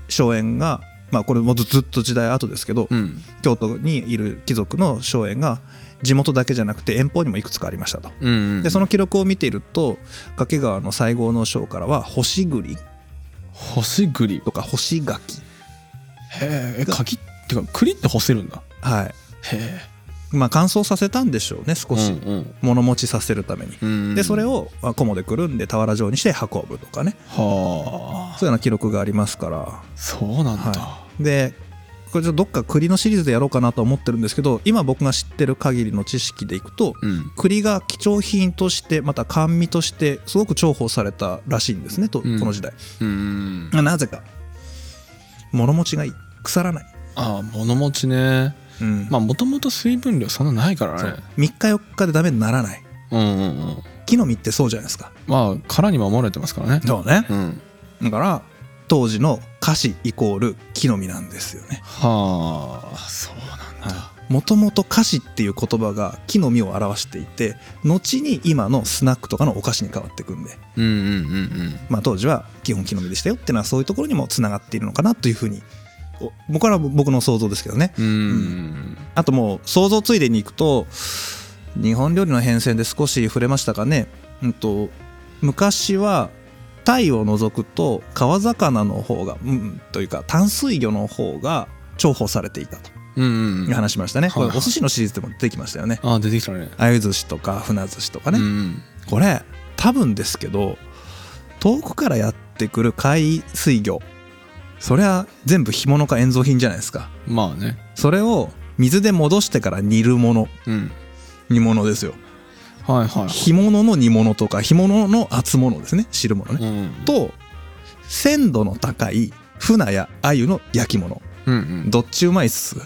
荘園がまあこれもずずっと時代後ですけど、
うん
京都にいる貴族の荘園が地元だけじゃなくて遠方にもいくつかありましたと。
うんうん
でその記録を見ていると掛川の西郷の庄からは星栗
干し栗へ
とか星柿
ええ柿ってか栗って干せるんだ
はい
へえ
まあ乾燥させたんでしょうね少し、
うん
物持ちさせるために、
うんうん
でそれをまあコモでくるんで俵状にして運ぶとかね
はあ
そういうような記録がありますから
そうなんだ、
はでこれちょっとどっか栗のシリーズでやろうかなと思ってるんですけど今僕が知ってる限りの知識でいくと
うん
栗が貴重品としてまた甘味としてすごく重宝されたらしいんですねと、
うん
この時代
うん
なぜか物持ちがいい腐らない、
ああ物持ちね
うん
まあもともと水分量そんなないからね
3日4日でダメにならない
うんうんうん
木の実ってそうじゃないですか
まあ殻に守られてますからね
そうね
うん
だから当時の菓子イコール木の実なんですよね
はあそうなんだ、
もともと菓子っていう言葉が木の実を表していて後に今のスナックとかのお菓子に変わっていくんで、
うんうんうんうん
まあ、当時は基本木の実でしたよっていうのはそういうところにもつながっているのかなというふうにお僕らは僕の想像ですけどね
うーん
あともう想像ついでにいくと日本料理の変遷で少し触れましたかね、うん、と昔は鯛を除くと川魚の方が、うん、というか淡水魚の方が重宝されていたと
うんうん
いう話しましたね、
はい
これお寿司のシリーズでも出てきましたよね
あ出てきたね
鮎寿司とか船寿司とかね、
うん
これ多分ですけど遠くからやってくる海水魚それは全部干物か塩蔵品じゃないですか
まあね
それを水で戻してから煮るもの
うん
煮物ですよ
はいはい
干物の煮物とか干物の厚物ですね汁物ね、
うん
と鮮度の高い船や鮎の焼き物
うんうん
どっちうまいっす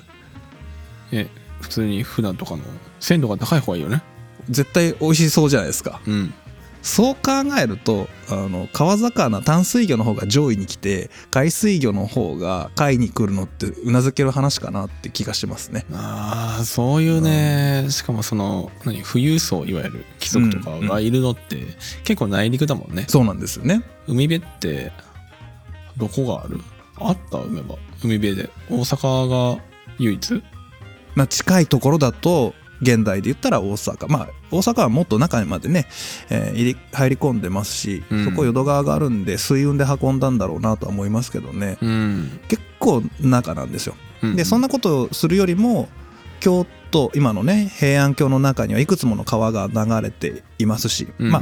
え普通に普段とかの鮮度が高い方がいいよね
絶対美味しそうじゃないですか
うん
そう考えるとあの川魚淡水魚の方が上位に来て海水魚の方が下位に来るのってうなずける話かなって気がしますね
ああそういうねしかもその何富裕層いわゆる貴族とかがいるのって結構内陸だもんね
そうなんですよね
海辺ってどこがあるあった梅場海辺で大阪が唯一
まあ、近いところだと現代で言ったら大阪まあ大阪はもっと中までね、えー入り入り込んでますし、
うん
そこ淀川があるんで水運で運んだんだろうなとは思いますけどね
うん、
結構中なんですよ。
うん、
でそんなことをするよりも京都今のね平安京の中にはいくつもの川が流れていますし、
うんうん
まあ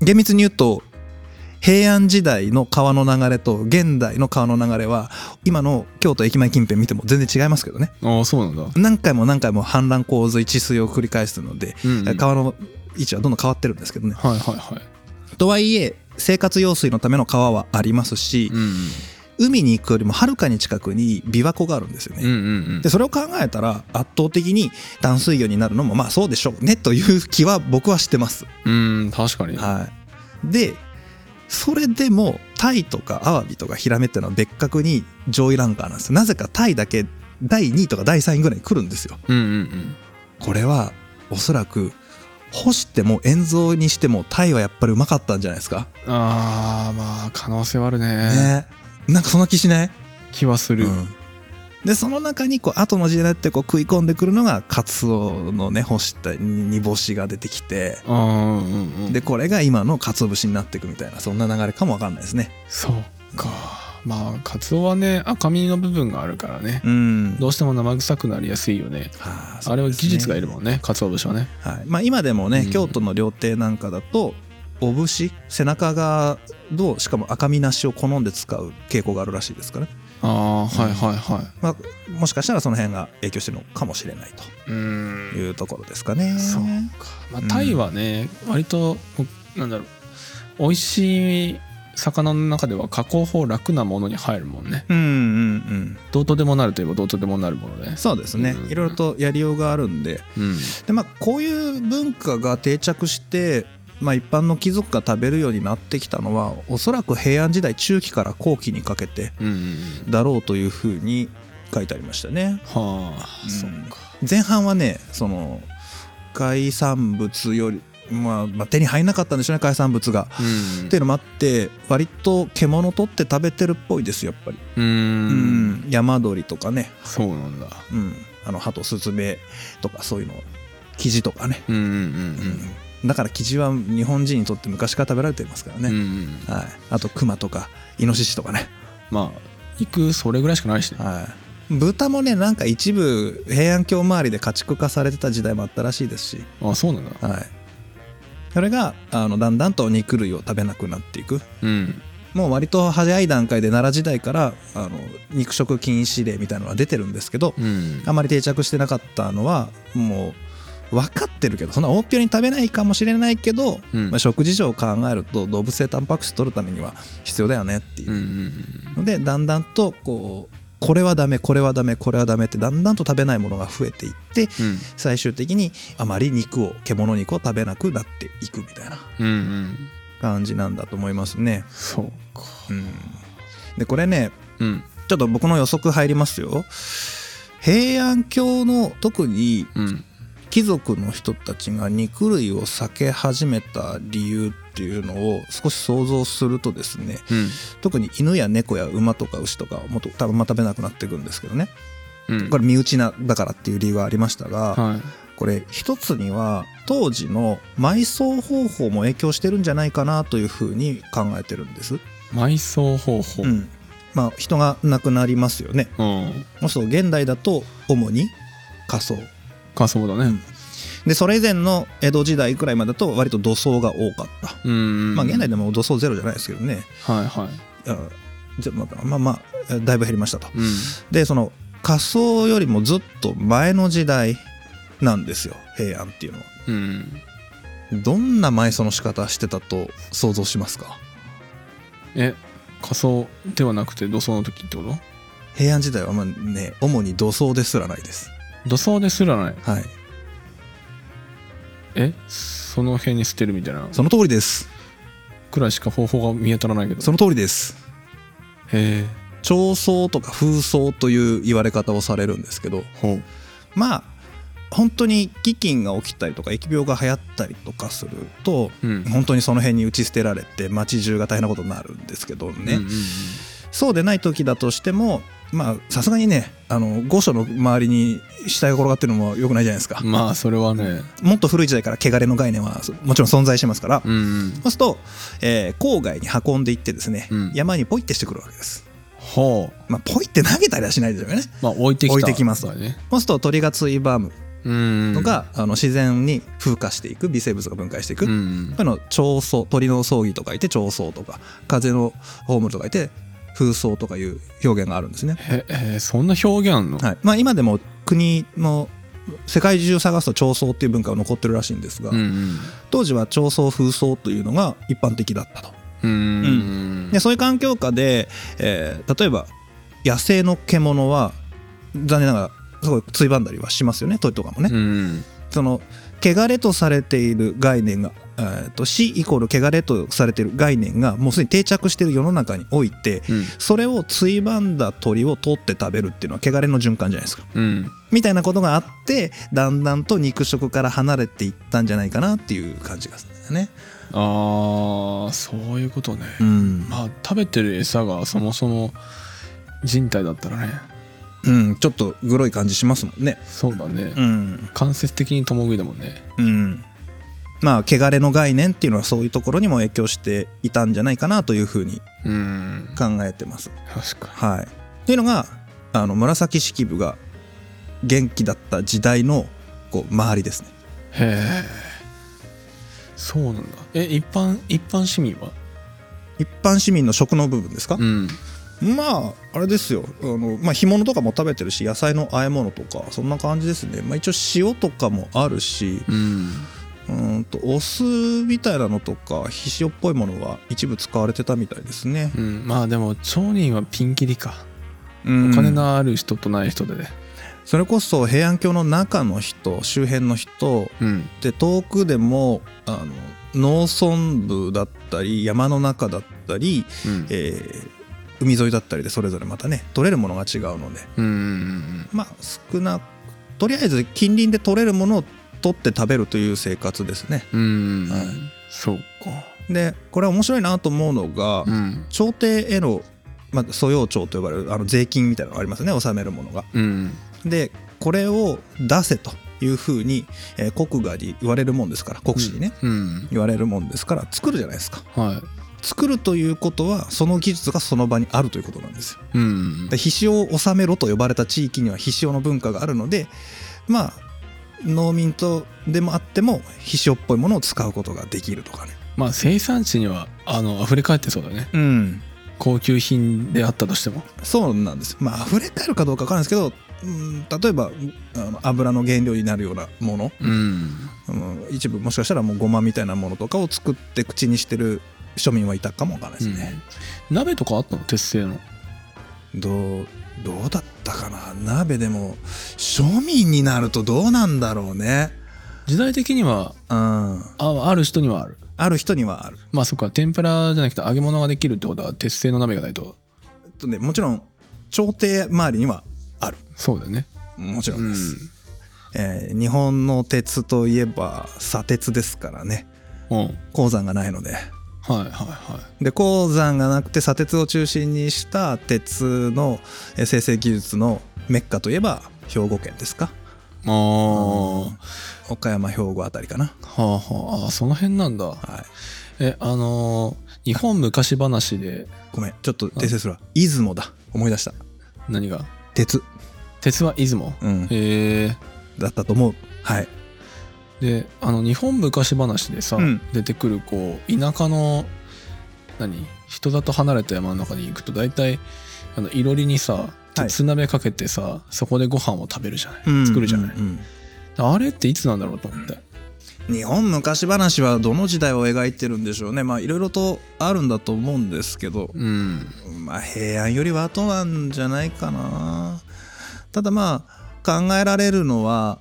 厳密に言うと平安時代の川の流れと現代の川の流れは今の京都駅前近辺見ても全然違いますけどね。
ああそうなんだ、
何回も何回も氾濫洪水治水を繰り返すので、
うんうん
川の位置はどんどん変わってるんですけどね。
はいはいはい
とはいえ生活用水のための川はありますし、
うん
海に行くよりもはるかに近くに琵琶湖があるんですよね。
うんうんうん
でそれを考えたら圧倒的に淡水魚になるのもまあそうでしょうねという気は僕はしてます。
うん確かに
はい、でそれでもタイとかアワビとかヒラメっていうのは別格に上位ランカーなんですなぜかタイだけ第2位とか第3位ぐらいに来るんですよ。
うんうん
これはおそらく干しても塩蔵にしてもタイはやっぱりうまかったんじゃないですか、
うんああまあ可能性はあるね
ねなんかそんな気しない、
気はする、
でその中にこう後の時代ってこう食い込んでくるのがカツオのね干した煮干しが出てきて
ああうんうんうん
でこれが今の鰹節になっていくみたいなそんな流れかもわかんないですね
そうかまあカツオはね赤身の部分があるからね、
うん
どうしても生臭くなりやすいよね
は
あれは技術がい
る、
るもんねかつお節はね
はいまあ、今でもね、
うん
京都の料亭なんかだとお節背中側どうしかも赤身なしを好んで使う傾向があるらしいですからね
ああはいはいはい
まあ、もしかしたらその辺が影響してるのかもしれないと
うーん
いうところですかね。
そうか、まあ、タイはね、割とこうなんだろう美味しい魚の中では加工法楽なものに入るもんね
うんうんうん、
どうとでもなるといえばどうとでもなるもので
そうですね
うん
いろいろとやりようがあるんで
うん
で、まあ、こういう文化が定着して、まあ、一般の貴族が食べるようになってきたのはおそらく平安時代中期から後期にかけて
うんうん
だろうというふうに書いてありましたね
はあ、
うん
そっか
前半はねその海産物より、まあ、まあ手に入んなかったんでしょうね海産物が。
うん
っていうのもあって割と獣取って食べてるっぽいですやっぱり、
うーん
うん、山鳥とかね、
そうなんだ
うん、あのハトスズメとかそういうのキジとかね、
うんうん
うん、だからキジは日本人にとって昔から食べられていますから
うんうん、う
ね、
んうん、
はい、あとクマとかイノシシとかね、
まあ行くそれぐらいしかないしね
はい、豚もねなんか一部平安京周りで家畜化されてた時代もあったらしいですし、
あそうなんだ
はい、それがあのだんだんと肉類を食べなくなっていく
うん
もう割と早い段階で奈良時代からあの肉食禁止令みたいなのは出てるんですけど
うん
あまり定着してなかったのはもう分かってるけどそんな大っぴろに食べないかもしれないけど、
うん
まあ、食事情を考えると動物性タンパク質取るためには必要だよねっていううん
うん
のでだんだんとこうこれはダメこれはダメこれはダメってだんだんと食べないものが増えていって
うん
最終的にあまり肉を獣肉を食べなくなっていくみたいな
うんうん
感じなんだと思いますね。
そうか
うん、でこれね
うん
ちょっと僕の予測入りますよ。平安京の特に
うん
貴族の人たちが肉類を避け始めた理由っていうのを少し想像するとですね
うん
特に犬や猫や馬とか牛とかはもっと多分まあ食べなくなっていくんですけどね
うん
これ身内なだからっていう理由はありましたが
はい
これ一つには当時の埋葬方法も影響してるんじゃないかなというふうに考えてるんです。
埋葬方法
うん、まあ人が亡くなりますよね
うん
もそう現代だと主に仮葬
かそうだね
でそれ以前の江戸時代くらいまでだと割と土葬が多かった、
うんうん
まあ現代でも土葬ゼロじゃないですけどね
はいは
あじゃまあまあ、まあ、だいぶ減りましたと
いうん
でその仮葬よりもずっと前の時代なんですよ平安っていうのは
うん
どんな埋葬の仕方してたと想像しますか
え仮想ではなくて土葬の時ってこと
平安時代はまあね主に土葬ですらないです
土葬ですらない
はい
えその辺に捨てるみたいな
その通りです
くらいしか方法が見当たらないけど
その通りです
へえ
彫葬とか風葬という言われ方をされるんですけど
ほう
まあ本当に飢饉が起きたりとか疫病が流行ったりとかすると
うん
本当にその辺に打ち捨てられて町中が大変なことになるんですけどね、
うんうん
そうでない時だとしてもまあさすがにねあの御所の周りに死体が転がってるのも良くないじゃないですか
う、んまあそれはね
もっと古い時代から汚れの概念はそもちろん存在してますから、
うんうん
そうすると、えー郊外に運んでいってですね、
うん
山にポイってしてくるわけです
ほう
まあポイって投げたりはしないでしょうね
まあ置いてきた
置いてきます
わね
そうすると鳥がついばむ
うん
のが、あの自然に風化していく微生物が分解していく、
う
こ
ん
ういうのを鳥草鳥の葬儀とかいて鳥草とか風の葬るとかいて風葬とかいう表現があるんですね、
へえそんな表現あんの
はいまあ、今でも国の世界中探すと鳥草っていう文化が残ってるらしいんですが、
うんうん
当時は鳥草風葬というのが一般的だったと
うん
でそういう環境下で、えー例えば野生の獣は残念ながらすごいついばんだりはしますよね鳥とかもね、
うん
その汚れとされている概念が、えー、と死イコール汚れとされている概念がもうすでに定着している世の中において
うん
それをついばんだ鳥を取って食べるっていうのは汚れの循環じゃないですか
うん
みたいなことがあってだんだんと肉食から離れていったんじゃないかなっていう感じがするんだよね。
ああそういうことね
うん
まあ食べてる餌がそもそも人体だったらね
うん、ちょっとグロい感じしますもんね。
そうだね、
うん
間接的に共食いだもんね
うんまあ汚れの概念っていうのはそういうところにも影響していたんじゃないかなというふうに
うん
考えてます。
確か
はい、っていうのがあの紫式部が元気だった時代のこう周りですね
にへえそうなんだえ一般一般市民は
一般市民の食の部分ですか、
うん
まああれですよあの、まあ、干物とかも食べてるし野菜の和え物とかそんな感じですね、まあ、一応塩とかもあるし
うん
うーんとお酢みたいなのとかひしおっぽいものは一部使われてたみたいですね、
うんまあでも町人はピンキリか
うん
お金のある人とない人でね
それこそ平安京の中の人周辺の人
うん
で遠くでもあの農村部だったり山の中だったり、
うん
えー海沿いだったりでそれぞれまたね取れるものが違うので
うんうんうん
まあ少なとりあえず近隣で取れるものを取って食べるという生活ですね
うんうんうん
はい
そうか
でこれは面白いなと思うのが、
うん
朝廷への、まあ、素養庁と呼ばれるあの税金みたいなのがありますね納めるものが
うん
でこれを出せというふうに、えー国外に言われるもんですから国史にね、
うん
言われるもんですから作るじゃないですか
は
作るということはその技術がその場にあるということなんですよ
いうん
で必を納めろと呼ばれた地域には必をの文化があるのでまあ農民とでもあっても必をっぽいものを使うことができるとかね
まあ生産地にはあの溢れ返ってそうだよね
うん
高級品であったとしても
そうなんですまあ溢れ返るかどうかわからないですけど、うん、例えばあの油の原料になるようなもの
うん
うん一部もしかしたらもうごまみたいなものとかを作って口にしてる庶民はいたかもわからないですね、
うん鍋とかあったの鉄製の
どうどうだったかな鍋でも庶民になるとどうなんだろうね
時代的には
うん
あある人にはある
ある人にはある
まあそっか天ぷらじゃなくて揚げ物ができるってことは鉄製の鍋がないと
えっとねもちろん朝廷周りにはある
そうだよね
もちろ
うん
で
ん
す、えー日本の鉄といえば砂鉄ですからね
うん
鉱山がないので
はいはいは
で鉱山がなくて砂鉄を中心にした鉄のえー生成技術のメッカといえば兵庫県ですか
いまあは
岡山兵庫あたりかな
あはああその辺なんだ
はい
えあのー日本昔話で
ごめんちょっと訂正するわ出雲だ思い出した
何が
鉄、
鉄は出雲
うん、
へえ
だったと思うはい
であの日本昔話でさ、
うん
出てくるこう田舎の何人里離れた山の中に行くと大体あのいろりにさ
はい
鉄鍋かけてさ、そこでご飯を食べるじゃない、
うん
作るじゃない、
うん
あれっていつなんだろうと思って、
日本昔話はどの時代を描いてるんでしょうねまあいろいろとあるんだと思うんですけど
うん、
まあ平安よりは後なんじゃないかなただまあ考えられるのは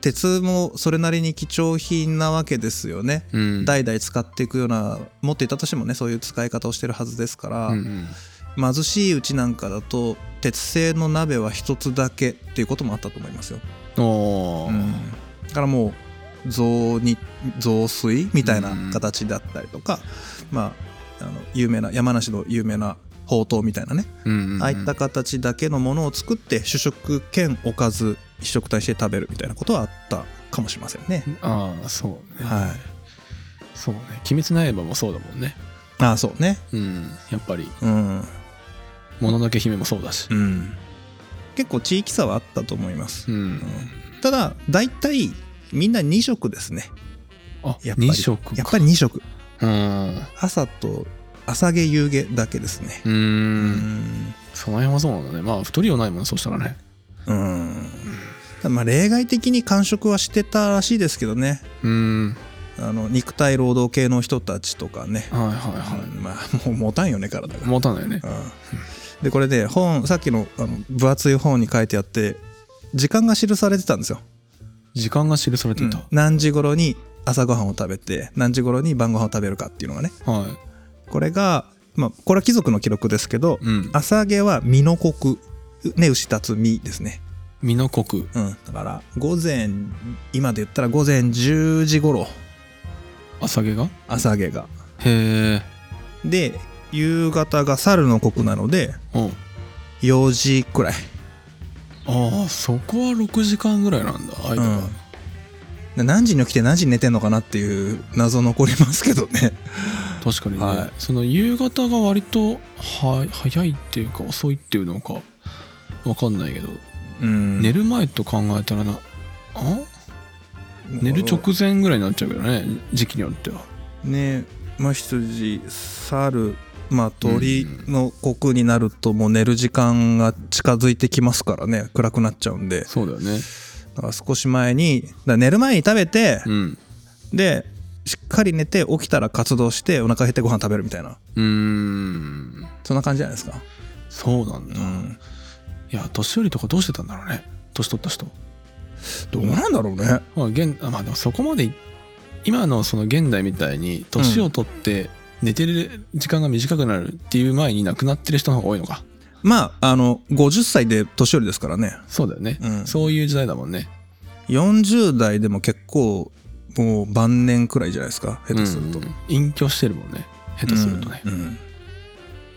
鉄もそれなりに貴重品なわけですよね
うん、
代々使っていくような持っていたとしてもねそういう使い方をしてるはずですから、
うんうん
貧しいうちなんかだと鉄製の鍋は一つだけっていうこともあったと思いますよ、
おー
だからもう雑煮雑炊みたいな形だったりとか、まああの有名な山梨の有名なほうとうみたいなね、
うんうんうん
ああいった形だけのものを作って主食兼おかず一食体して食べるみたいなことはあったかもしれませんね、
ああそうね、
はい
そうね鬼滅の刃もそうだもんね
ああそうね
うんやっぱり
うん
もののけ姫もそうだし
うん結構地域差はあったと思います、
うん、
ただ大体みんな2食ですね
あ
やっぱり
2色
やっぱり2食
うん
朝と朝毛夕毛だけですね
う
うんん
その辺はそうなんだねまあ太りはないもんそうしたらね
うんまあ例外的に完食はしてたらしいですけどね
うん
あの肉体労働系の人たちとかね、
はいはいは
うんまあもう持たんよね体
い
が、
持たないね
うんでこれで本さっきのあの分厚い本に書いてあって時間が記されてたんですよ、
時間が記されてた、
何時頃に朝ごはんを食べて何時頃に晩ごはんを食べるかっていうのがね
はい
これが、まあ、これは貴族の記録ですけど、
うん
朝毛は身の刻ね牛立つ身ですね、
身の刻
うん、だから午前今で言ったら午前10時頃
朝毛が
朝毛が
へえ
で夕方が猿の刻なので
うん
4時くらい
ああそこは6時間ぐらいなんだ間が、
うんで何時に起きて何時に寝てんのかなっていう謎残りますけどね
確かにね、
はい
その夕方が割とは早いっていうか遅いっていうのかわかんないけど、
うん
寝る前と考えたらなあ寝る直前ぐらいになっちゃうけどね時期によっては
ねま羊猿まあ鳥の国になるともう寝る時間が近づいてきますからね暗くなっちゃうんで
そうだよね
だから少し前にだから寝る前に食べて、
うん
でしっかり寝て起きたら活動してお腹減ってご飯食べるみたいな
うーん
そんな感じじゃないですか
そうなんだ、
う
い
ん
や年寄りとかどうしてたんだろうね年取った人
どうなんだろうね
まあ現あまあでもそこまで今のその現代みたいに年を取って寝てる時間が短くなるっていう前に亡くなってる人の方が多いのか
まああの50歳で年寄りですからね
そうだよね、
うん
そういう時代だもんね
40代でも結構もう晩年くらいじゃないですか下手すると、
うんうん隠居してるもんね下手するとね、
うんうん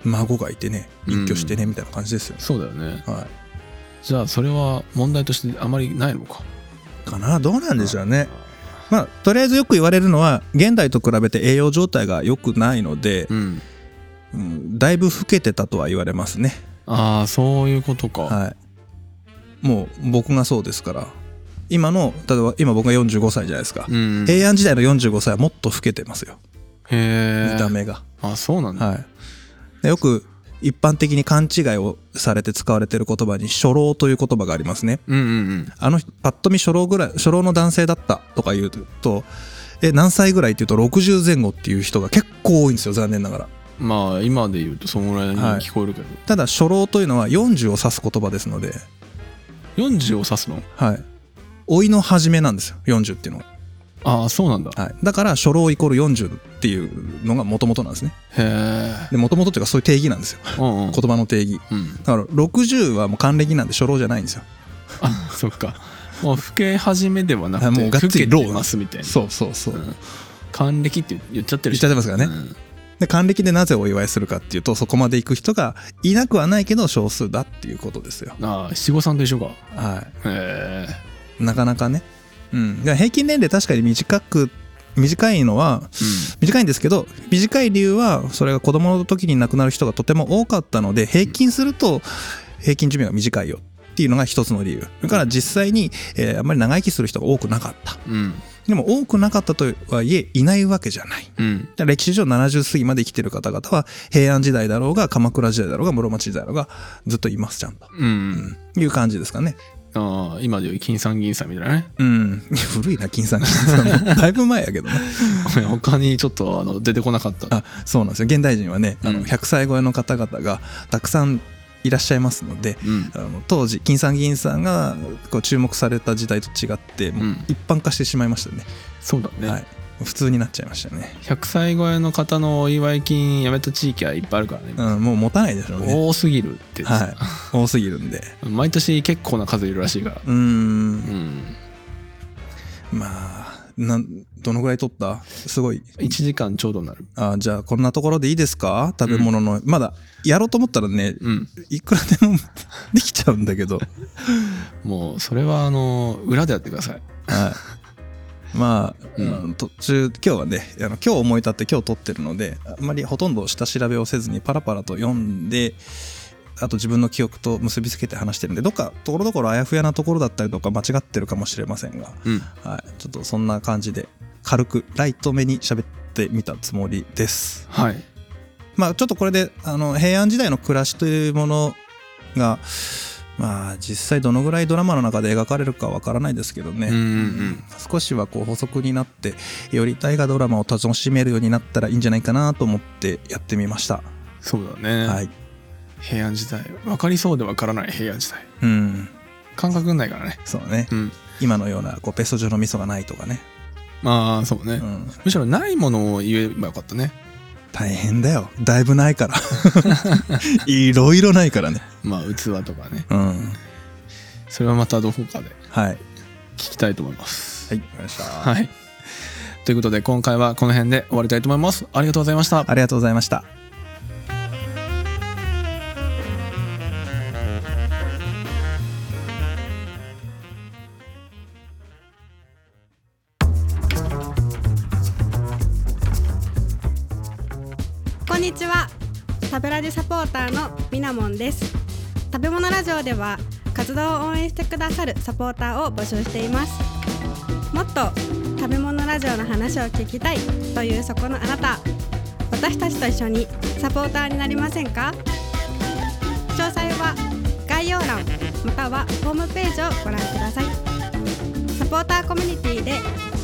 孫がいてね隠居してねみたいな感じですよね、
そうだよね
はい
じゃあそれは問題としてあまりないのか
かなどうなんでしょうねまあとりあえずよく言われるのは現代と比べて栄養状態が良くないので、
うん
うんだいぶ老けてたとは言われますね
ああそういうことか、
はいもう僕がそうですから今の例えば今僕が45歳じゃないですか、
うんへ
平安時代の45歳はもっと老けてますよ
え
見た目が、
あそうなんだ、
はいでよく一般的に勘違いをされて使われてる言葉に初老という言葉がありますね
うんうんうん
あの人パッと見初老ぐらい初老の男性だったとか言うとえ何歳ぐらいっていうと60前後っていう人が結構多いんですよ残念ながら
まあ今で言うとそのぐらいに聞こえるけど、
ただ初老というのは40を指す言葉ですので
40を指すの
はい老いの始めなんですよ40っていうのは
ああそうなんだ
はい、だから初老イコール40っていうのが元々なんですね
へえ
で元々というかそういう定義なんですよ
うんうん
言葉の定義
うん、
だから60はもう還暦なんで初老じゃないんですよ
あそっかもう老け始めではなくて
あもうがっつり
老
老
けてますみたいな
そうそうそう、
ん還暦って言っちゃってる
言っちゃってますからね
うん
で還暦でなぜお祝いするかっていうとそこまで行く人がいなくはないけど少数だっていうことですよ
ああ七五三と一緒か
は
へえ
いなかなかねうんだから平均年齢確かに短く短いのは短いんですけど短い理由はそれが子供の時に亡くなる人がとても多かったので平均すると平均寿命が短いよっていうのが一つの理由それから実際に、えーあんまり長生きする人が多くなかった
うんうん
でも多くなかったとはいえいないわけじゃない
うん
で歴史上70過ぎまで生きてる方々は平安時代だろうが鎌倉時代だろうが室町時代だろうがずっといますちゃんと、
うん、
うん、いう感じですかね
ああ今でいう金さん銀さんみたいなね
うん古いな金さん金さんもだいぶ前やけどね
他にちょっとあの出てこなかった
<laughs> あそうなんですよ現代人はね、あ
うん
の100歳超えの方々がたくさんいらっしゃいますので
うん
あの当時金さん銀さんがこう注目された時代と違って、もう
うん
一般化してしまいましたね
そうだね、
はい普通になっちゃいましたね、
100歳超えの方のお祝い金やめた地域はいっぱいあるからね、
うん、もう持たないでしょうね
多すぎるって、
はい多すぎるんで
毎年結構な数いるらしいから
うーん
うん
まあなんどのぐらい取ったすごい
1時間ちょうどになる
あじゃあこんなところでいいですか食べ物の、まだやろうと思ったらね
うん
いくらでもできちゃうんだけど
もうそれはあの裏でやってください
はい。まあ、
うん
あの途中今日はねあの今日思い立って今日撮ってるのであんまりほとんど下調べをせずにパラパラと読んであと自分の記憶と結びつけて話してるんでどっかところどころあやふやなところだったりとか間違ってるかもしれませんが、
うん
はい、ちょっとそんな感じで軽くライトめに喋ってみたつもりです。
はい
まあちょっとこれであの平安時代の暮らしというものがまあ実際どのぐらいドラマの中で描かれるかわからないですけどね、
うんうんうん
少しはこう補足になってより大河ドラマを楽しめるようになったらいいんじゃないかなと思ってやってみました、
そうだね、
はい、
平安時代分かりそうで分からない平安時代
うん、
感覚ないからね
そうね
うん
今のようなこうペースト状の味噌がないとかね、
まあそうね、
うん、
むしろないものを言えばよかったね
大変だよだいぶな
<laughs>
いからいろいろないからね
まあ器とかね
うん
それはまたどこかで
はい
聞きたいと思います
はいわかりました、
はいということで今回はこの辺で終わりたいと思いますありがとうございました
ありがとうございました
こんにちは食べラジサポーターのみなもんです食べ物ラジオでは活動を応援してくださるサポーターを募集していますもっと食べ物ラジオの話を聞きたいというそこのあなた私たちと一緒にサポーターになりませんか詳細は概要欄またはホームページをご覧くださいサポーターコミュニティで